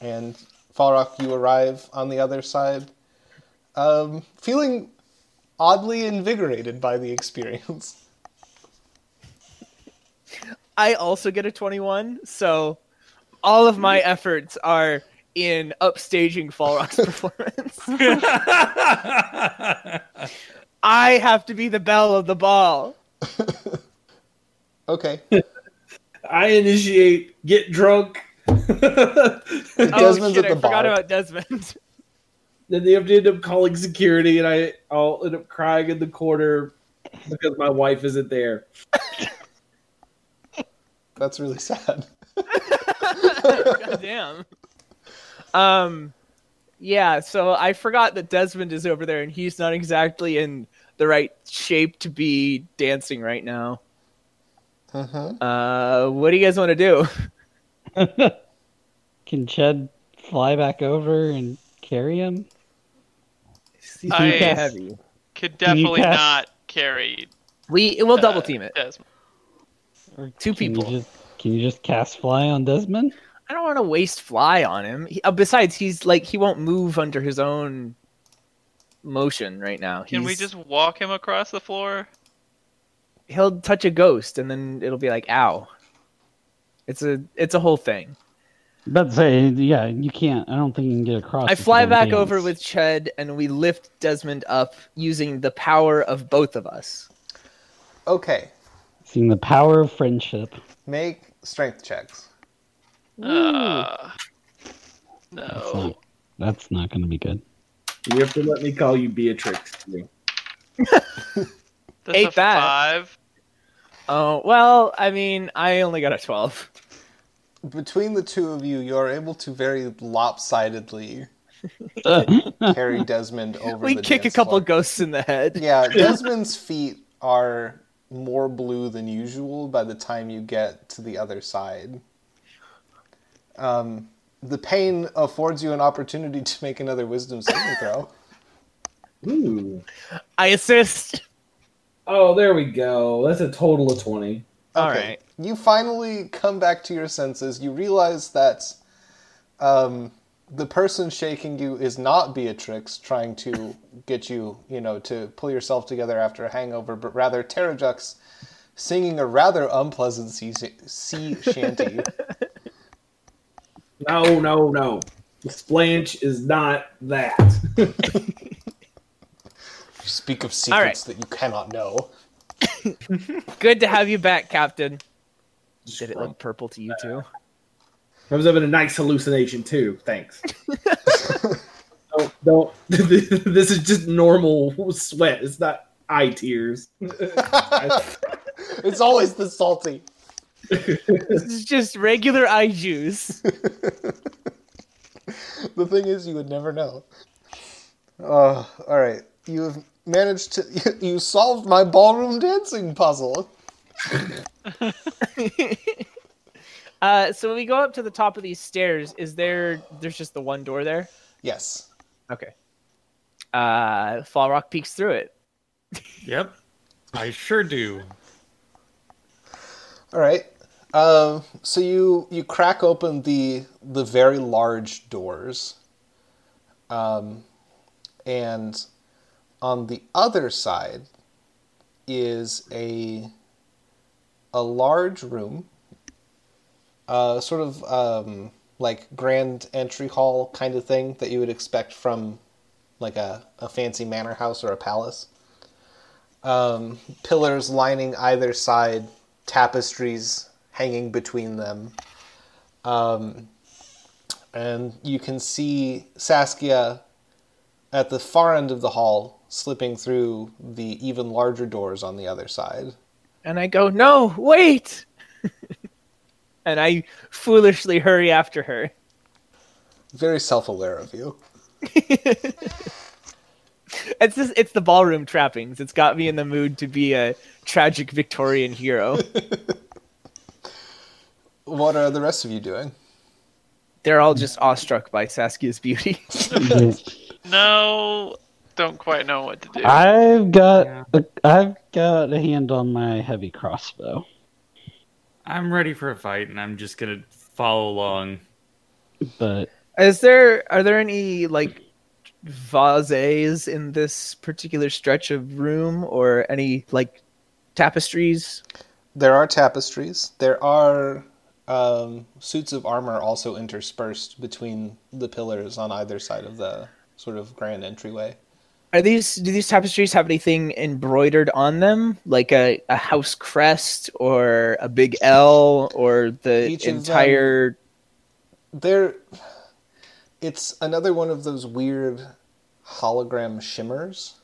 Speaker 1: And Falrock, you arrive on the other side, um, feeling oddly invigorated by the experience.
Speaker 6: I also get a 21, so all of my efforts are in upstaging Fall Rock's performance. I have to be the belle of the ball.
Speaker 1: Okay.
Speaker 3: I initiate get drunk. then
Speaker 1: Desmond's
Speaker 6: oh shit,
Speaker 1: at the
Speaker 6: I forgot
Speaker 1: bar.
Speaker 6: about Desmond.
Speaker 3: they have to end up calling security, and I, I'll end up crying in the corner because my wife isn't there.
Speaker 1: That's really sad.
Speaker 6: God damn. Um yeah, so I forgot that Desmond is over there and he's not exactly in the right shape to be dancing right now.
Speaker 1: Uh-huh.
Speaker 6: Uh what do you guys want to do?
Speaker 5: can Ched fly back over and carry him?
Speaker 6: He's
Speaker 2: I-
Speaker 6: too heavy.
Speaker 2: Could definitely
Speaker 5: pass?
Speaker 2: not carry.
Speaker 6: We we'll
Speaker 2: uh,
Speaker 6: double team it.
Speaker 2: Desmond.
Speaker 5: Or
Speaker 6: Two
Speaker 5: can you
Speaker 6: people.
Speaker 5: just- can you just cast fly on Desmond?
Speaker 6: I don't want to waste fly on him. He, uh, besides, he's like he won't move under his own motion right now.
Speaker 2: Can we
Speaker 6: He's-
Speaker 2: just walk him across the floor?
Speaker 6: He'll touch a ghost, and then it'll be like, "Ow!" It's a it's a whole thing.
Speaker 5: But say, yeah, you can't. I don't think you can get across.
Speaker 6: I
Speaker 5: if you
Speaker 6: fly
Speaker 5: don't
Speaker 6: back
Speaker 5: dance.
Speaker 6: over with Ched, and we lift Desmond up using the power of both of us.
Speaker 1: Okay.
Speaker 5: seeing the power of friendship.
Speaker 1: Make strength checks.
Speaker 5: Ah.
Speaker 2: Uh,
Speaker 5: That's
Speaker 2: no.
Speaker 5: not. That's not going to be good.
Speaker 3: You have to let me call you Beatrix. too.
Speaker 2: That's
Speaker 6: Ain't
Speaker 2: a
Speaker 6: that.
Speaker 2: five.
Speaker 6: Oh well, I mean, I only got a twelve.
Speaker 1: Between the two of you, you're able to very lopsidedly carry Desmond over
Speaker 6: We
Speaker 1: the
Speaker 6: kick a
Speaker 1: dance
Speaker 6: couple
Speaker 1: floor.
Speaker 6: ghosts in the head.
Speaker 1: Yeah, Desmond's feet are more blue than usual by the time you get to the other side. Um, the pain affords you an opportunity to make another wisdom saving throw.
Speaker 3: Ooh.
Speaker 6: I assist.
Speaker 3: Oh, there we go. That's a total of 20.
Speaker 6: All
Speaker 1: Okay.
Speaker 6: right.
Speaker 1: You finally come back to your senses. You realize that um, the person shaking you is not Beatrix trying to get you, you know, to pull yourself together after a hangover, but rather Terrajux singing a rather unpleasant sea, sea shanty.
Speaker 3: No, no, no. The splanch is not that.
Speaker 1: Speak of
Speaker 6: All right.
Speaker 1: secrets that you cannot know.
Speaker 6: Good to have you back, Captain. Did it
Speaker 3: I
Speaker 6: look purple to you too?
Speaker 3: was having a nice hallucination, too. Thanks. so, Don't. this is just normal sweat. It's not eye tears.
Speaker 1: it's always the salty.
Speaker 6: This is just regular eye juice.
Speaker 1: The thing is, you would never know. Uh, all right. You have managed to. You, you solved my ballroom dancing puzzle.
Speaker 6: Uh, so when we go up to the top of these stairs, is there? There's just the one door there.
Speaker 1: Yes.
Speaker 6: Okay. Uh, Fall Rock peeks through it.
Speaker 4: Yep. I sure do.
Speaker 1: All right. Um, so you you crack open the the very large doors, um, and on the other side is a a large room, uh, sort of um, like grand entry hall kind of thing that you would expect from like a, a fancy manor house or a palace pillars lining either side, tapestries hanging between them. Um, and you can see Saskia at the far end of the hall slipping through the even larger doors on the other side.
Speaker 6: And I go, no, wait! and I foolishly hurry after her.
Speaker 1: Very self aware of you.
Speaker 6: It's just, it's the ballroom trappings. It's got me in the mood to be a tragic Victorian hero.
Speaker 1: What are the rest of you doing?
Speaker 6: They're all just awestruck by Saskia's beauty.
Speaker 2: No, don't quite know what to do.
Speaker 5: I've got a, I've got a hand on my heavy crossbow.
Speaker 4: I'm ready for a fight, and I'm just gonna follow along.
Speaker 5: But
Speaker 6: Is there are there any like vases in this particular stretch of room or any like tapestries?
Speaker 1: There are tapestries. There are um, suits of armor also interspersed between the pillars on either side of the sort of grand entryway.
Speaker 6: Are these do these tapestries have anything embroidered on them? Like a, a house crest or a big L or the
Speaker 1: Each of them-
Speaker 6: entire
Speaker 1: There, it's another one of those weird hologram shimmers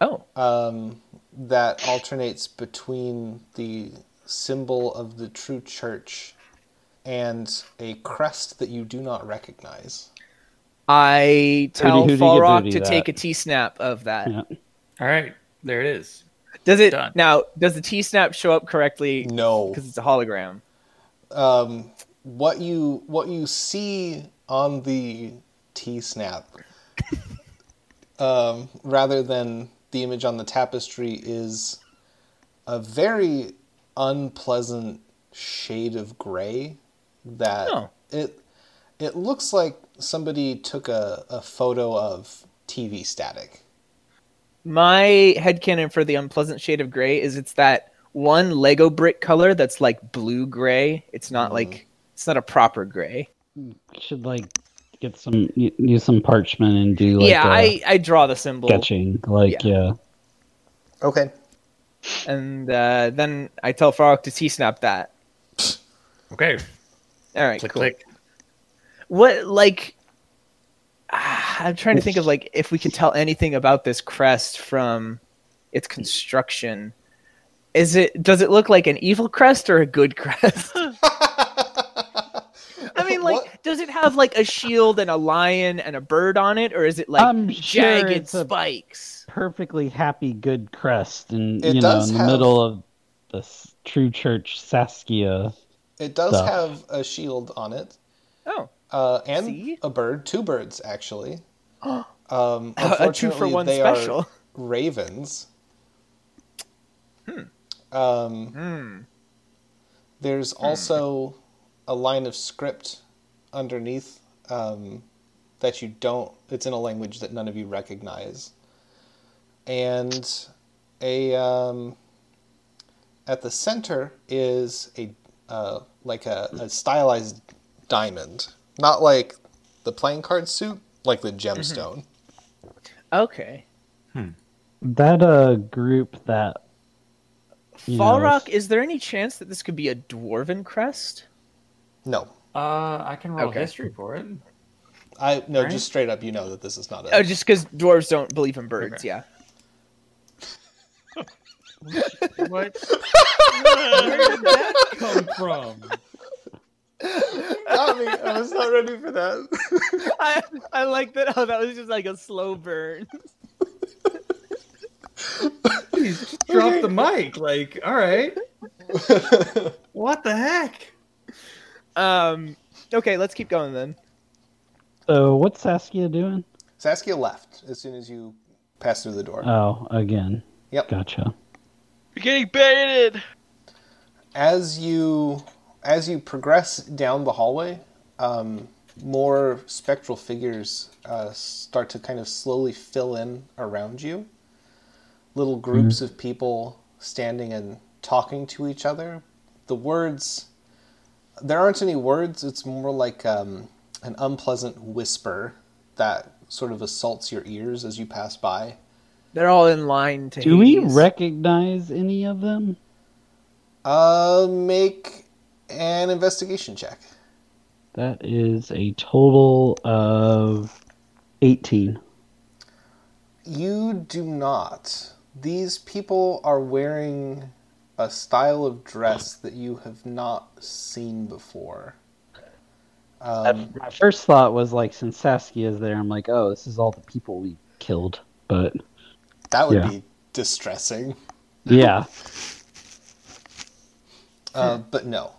Speaker 6: Oh.
Speaker 1: um, that alternates between the symbol of the true church and a crest that you do not recognize.
Speaker 6: I tell
Speaker 5: hooty
Speaker 6: Fall Rock
Speaker 5: gadooty
Speaker 6: to
Speaker 5: that.
Speaker 6: take a T snap of that.
Speaker 5: Yeah.
Speaker 4: All right, there it is.
Speaker 6: Does it
Speaker 4: Done.
Speaker 6: now? Does the T snap show up correctly?
Speaker 1: No.
Speaker 6: because it's a hologram.
Speaker 1: um, what you what you see on the T snap, um, rather than the image on the tapestry, is a very unpleasant shade of gray that
Speaker 6: Oh.
Speaker 1: it it looks like somebody took a, a photo of TV static.
Speaker 6: My headcanon for the unpleasant shade of gray is it's that one Lego brick color that's like blue gray. It's not like it's not a proper gray.
Speaker 5: should like get some y- use some parchment and do like uh,
Speaker 6: yeah,
Speaker 5: a
Speaker 6: I I draw the symbol
Speaker 5: sketching. Like yeah.
Speaker 1: Okay.
Speaker 6: and uh, then I tell Fall Rock to T snap that.
Speaker 4: Okay,
Speaker 6: All right,
Speaker 4: click
Speaker 6: cool.
Speaker 4: click.
Speaker 6: what like ah, i'm trying to think of like if we can tell anything about this crest from its construction is it does it look like an evil crest or a good crest i mean like
Speaker 1: What?
Speaker 6: does it have like a shield and a lion and a bird on it or is it like
Speaker 5: I'm sure
Speaker 6: jagged
Speaker 5: it's a-
Speaker 6: spikes
Speaker 5: Perfectly happy good crest and
Speaker 1: It
Speaker 5: you know
Speaker 1: does
Speaker 5: in the
Speaker 1: have-
Speaker 5: middle of this true church Saskia.
Speaker 1: It does
Speaker 5: Stuff.
Speaker 1: have a shield on it.
Speaker 6: oh
Speaker 1: Uh, and
Speaker 6: See?
Speaker 1: a bird, two birds actually. Um,
Speaker 6: a two for
Speaker 1: unfortunately,
Speaker 6: one
Speaker 1: they
Speaker 6: special
Speaker 1: are ravens.
Speaker 6: Hmm.
Speaker 1: Um, There's
Speaker 6: Hmm.
Speaker 1: also a line of script underneath um, that you don't. It's in a language that none of you recognize, and a um, at the center is a uh, like a, a stylized diamond, not like the playing card suit, like the
Speaker 6: Mm-hmm.
Speaker 1: gemstone.
Speaker 6: okay
Speaker 5: That uh group that you know,
Speaker 6: fall
Speaker 5: is-
Speaker 6: rock is there any chance that this could be a dwarven crest
Speaker 1: No,
Speaker 4: Uh, I can roll
Speaker 6: Okay.
Speaker 4: history for it.
Speaker 1: I no,
Speaker 4: Right?
Speaker 1: just straight up, you know that this is not a.
Speaker 6: Oh, just because dwarves don't believe in birds. Yeah.
Speaker 2: What?
Speaker 4: Where did that come from?
Speaker 1: I, mean, I was not ready for that.
Speaker 6: I, I like that. Oh, that was just like a slow burn.
Speaker 4: Please drop the mic. Like, all right. What the heck?
Speaker 6: Um. Okay, let's keep going then.
Speaker 5: So what's Saskia doing?
Speaker 1: Saskia left as soon as you passed through the door.
Speaker 5: Oh, again.
Speaker 1: Yep.
Speaker 5: Gotcha.
Speaker 2: You're getting baited.
Speaker 1: as you as you progress down the hallway, um, more spectral figures uh, start to kind of slowly fill in around you. Little groups of people standing and talking to each other. The words there aren't any words. It's more like um, an unpleasant whisper that sort of assaults your ears as you pass by.
Speaker 6: They're all in line to.
Speaker 5: Do we
Speaker 6: Hades.
Speaker 5: recognize any of them?
Speaker 1: Uh, make an investigation check.
Speaker 5: That is a total of 18.
Speaker 1: You do not. These people are wearing a style of dress that you have not seen before. Um,
Speaker 5: My first thought was like, since Saskia's there, I'm like, oh, this is all the people we killed. But
Speaker 1: that would
Speaker 5: yeah.
Speaker 1: be distressing.
Speaker 5: yeah,
Speaker 1: Uh, but no,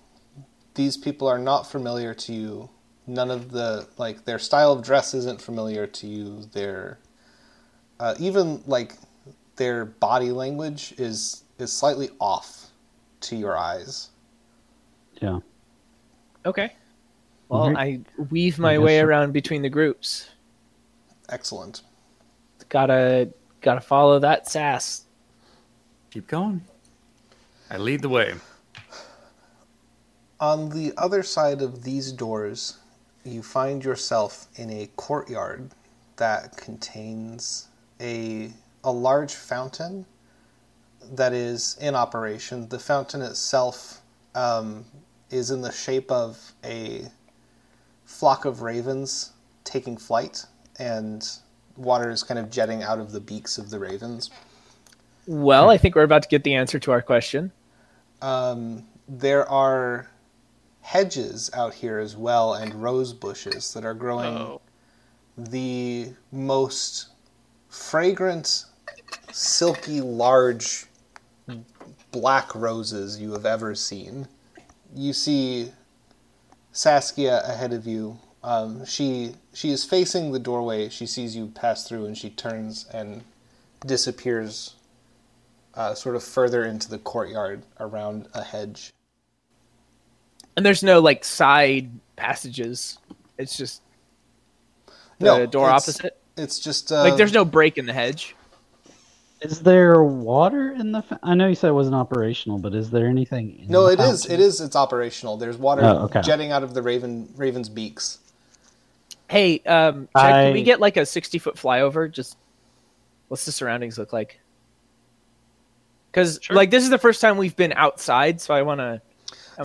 Speaker 1: these people are not familiar to you. None of the like their style of dress isn't familiar to you. Their uh, even like their body language is is slightly off to your eyes.
Speaker 5: yeah.
Speaker 6: Okay. Well,
Speaker 5: Mhm.
Speaker 6: I weave my
Speaker 5: I guess
Speaker 6: way
Speaker 5: so.
Speaker 6: around between the groups.
Speaker 1: Excellent.
Speaker 6: Gotta gotta follow that sass.
Speaker 4: Keep going. I lead the way.
Speaker 1: On the other side of these doors, you find yourself in a courtyard that contains a a large fountain that is in operation. The fountain itself um, is in the shape of a flock of ravens taking flight, and water is kind of jetting out of the beaks of the ravens.
Speaker 6: Well, I think we're about to get the answer to our question.
Speaker 1: um, there are hedges out here as well and rose bushes that are growing
Speaker 2: Oh,
Speaker 1: the most fragrant, silky, large black roses you have ever seen. You see Saskia ahead of you. Um, she she is facing the doorway. She sees you pass through, and she turns and disappears, uh, sort of further into the courtyard around a hedge.
Speaker 6: And there's no like side passages. It's just the door
Speaker 1: it's-
Speaker 6: opposite.
Speaker 1: It's just uh,
Speaker 6: like there's no break in the hedge.
Speaker 5: Is there water in the? Fa- I know you said it wasn't operational, but is there anything? In
Speaker 1: No,
Speaker 5: the
Speaker 1: it
Speaker 6: Oh,
Speaker 1: is.
Speaker 5: fountain?
Speaker 1: It is. It's operational. There's water
Speaker 5: Oh, okay.
Speaker 1: jetting out of the raven raven's beaks.
Speaker 6: Hey, um, Jack, can we
Speaker 5: I-
Speaker 6: get like a 60 foot flyover? Just what's the surroundings look like? Because
Speaker 2: Sure.
Speaker 6: like this is the first time we've been outside, so I want to.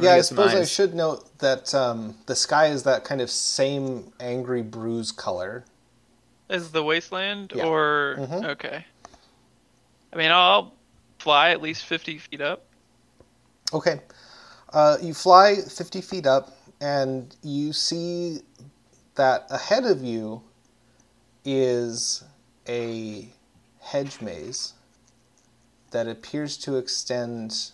Speaker 1: yeah, I suppose I should note that um, the sky is that kind of same angry bruise color.
Speaker 2: is the wasteland
Speaker 1: Yeah.
Speaker 2: or
Speaker 1: Mhm.
Speaker 2: okay? I mean, I'll fly at least fifty feet up.
Speaker 1: Okay, uh, you fly fifty feet up, and you see that ahead of you is a hedge maze that appears to extend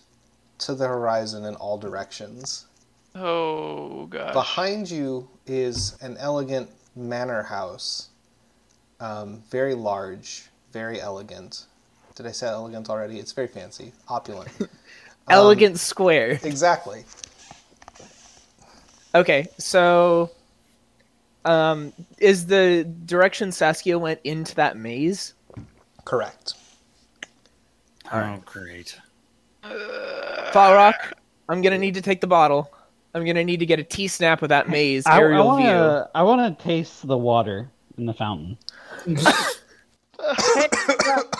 Speaker 1: to the horizon in all directions.
Speaker 2: Oh gosh.
Speaker 1: Behind you is an elegant manor house. Um, very large, very elegant. Did I say elegant already? It's very fancy, opulent. um,
Speaker 6: Elegant square.
Speaker 1: exactly.
Speaker 6: Okay, so um is the direction Saskia went into that maze?
Speaker 1: Correct.
Speaker 4: Oh, great.
Speaker 6: Fall Rock, I'm gonna need to take the bottle. I'm gonna need to get a T snap with that maze
Speaker 5: I,
Speaker 6: aerial view.
Speaker 5: wanna, I want to taste the water in the fountain.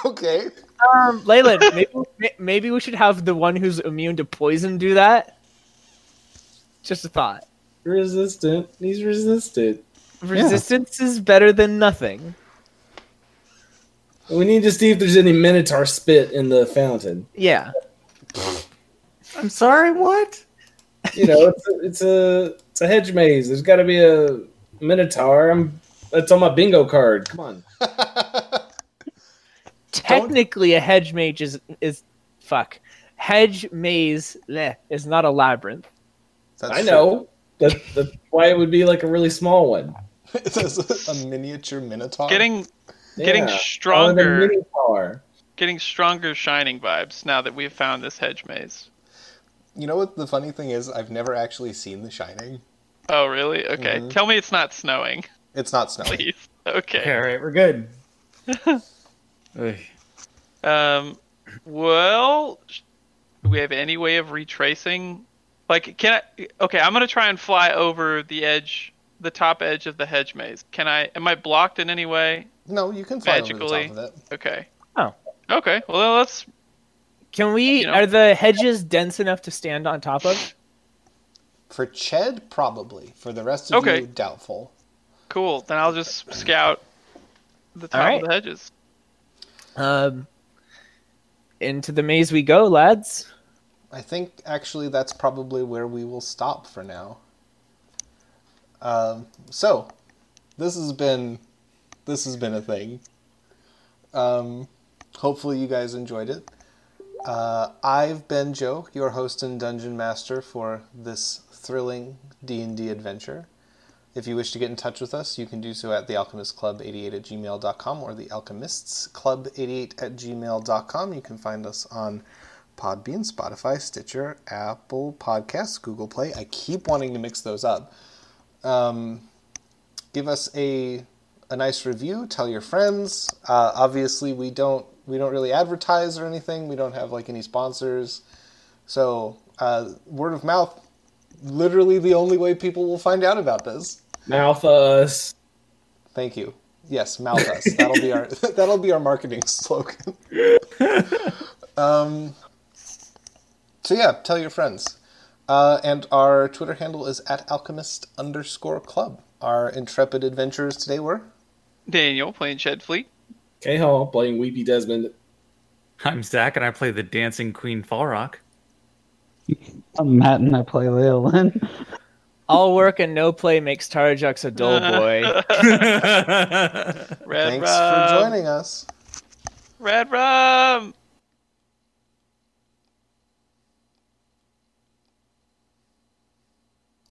Speaker 1: okay.
Speaker 6: Um, Leyland, maybe, may- maybe we should have the one who's immune to poison do that. Just a thought.
Speaker 3: Resistant. He's resistant.
Speaker 6: Resistance is better than nothing.
Speaker 3: We need to see if there's any Minotaur spit in the fountain.
Speaker 6: Yeah.
Speaker 7: I'm sorry, what?
Speaker 3: You know, it's a, it's a it's a hedge maze. There's got to be a Minotaur. I'm that's on my bingo card. Come on.
Speaker 6: Technically, a hedge mage is is fuck. Hedge maze bleh, is not a labyrinth.
Speaker 1: That's
Speaker 3: I know. That, that's why it would be like a really small one.
Speaker 1: It says a miniature minotaur.
Speaker 2: Getting getting
Speaker 3: Yeah. On a
Speaker 2: stronger,
Speaker 3: Minotaur.
Speaker 2: getting stronger shining vibes now that we've found this hedge maze.
Speaker 1: You know what the funny thing is? I've never actually seen The Shining.
Speaker 2: Oh, really? Okay.
Speaker 1: Mhm.
Speaker 2: Tell me it's not snowing,
Speaker 1: It's not snowing.
Speaker 2: please. Okay.
Speaker 4: All right, we're good. Ugh.
Speaker 2: Um, well, sh- do we have any way of retracing? Like, can I? Okay, I'm gonna try and fly over the edge, the top edge of the hedge maze. Can I? Am I blocked in any way?
Speaker 1: No, you can fly
Speaker 2: Magically.
Speaker 1: over the top of it.
Speaker 2: Okay.
Speaker 6: Oh.
Speaker 2: Okay. Well, then let's.
Speaker 6: Can we?
Speaker 2: You know-
Speaker 6: Are the hedges dense enough to stand on top of?
Speaker 1: For Ched, probably. For the rest of
Speaker 2: Okay.
Speaker 1: you, doubtful.
Speaker 2: Cool. Then I'll just scout the top
Speaker 6: Alright.
Speaker 2: of the hedges.
Speaker 6: Um, into the maze we go, lads.
Speaker 1: I think actually that's probably where we will stop for now. Um, so, this has been this has been a thing. Um, hopefully, you guys enjoyed it. Uh, I've been Joe, your host and dungeon master for this thrilling D and D adventure. If you wish to get in touch with us, you can do so at thealchemistclub88 at gmail.com or thealchemistsclub88 at gmail.com. You can find us on Podbean, Spotify, Stitcher, Apple Podcasts, Google Play. I keep wanting to mix those up. Um, give us a a nice review. Tell your friends. Uh, obviously, we don't we don't really advertise or anything. We don't have like any sponsors. So uh, word of mouth, literally the only way people will find out about this.
Speaker 3: Mouth us.
Speaker 1: Thank you. Yes, mouth us. That'll be our that'll be our marketing slogan. um, so yeah, tell your friends. Uh, and our Twitter handle is at alchemist underscore club. Our intrepid adventurers today were
Speaker 2: Daniel playing Shed Fleet.
Speaker 3: K Hall playing Weepy Desmond.
Speaker 4: I'm Zach, and I play the dancing queen Falrock.
Speaker 5: I'm Matt and I play Leolin.
Speaker 6: All work and no play makes Tarajux a dull boy.
Speaker 4: Rock.
Speaker 2: Red
Speaker 1: Thanks
Speaker 2: Rum.
Speaker 1: for joining us.
Speaker 2: Red Rum.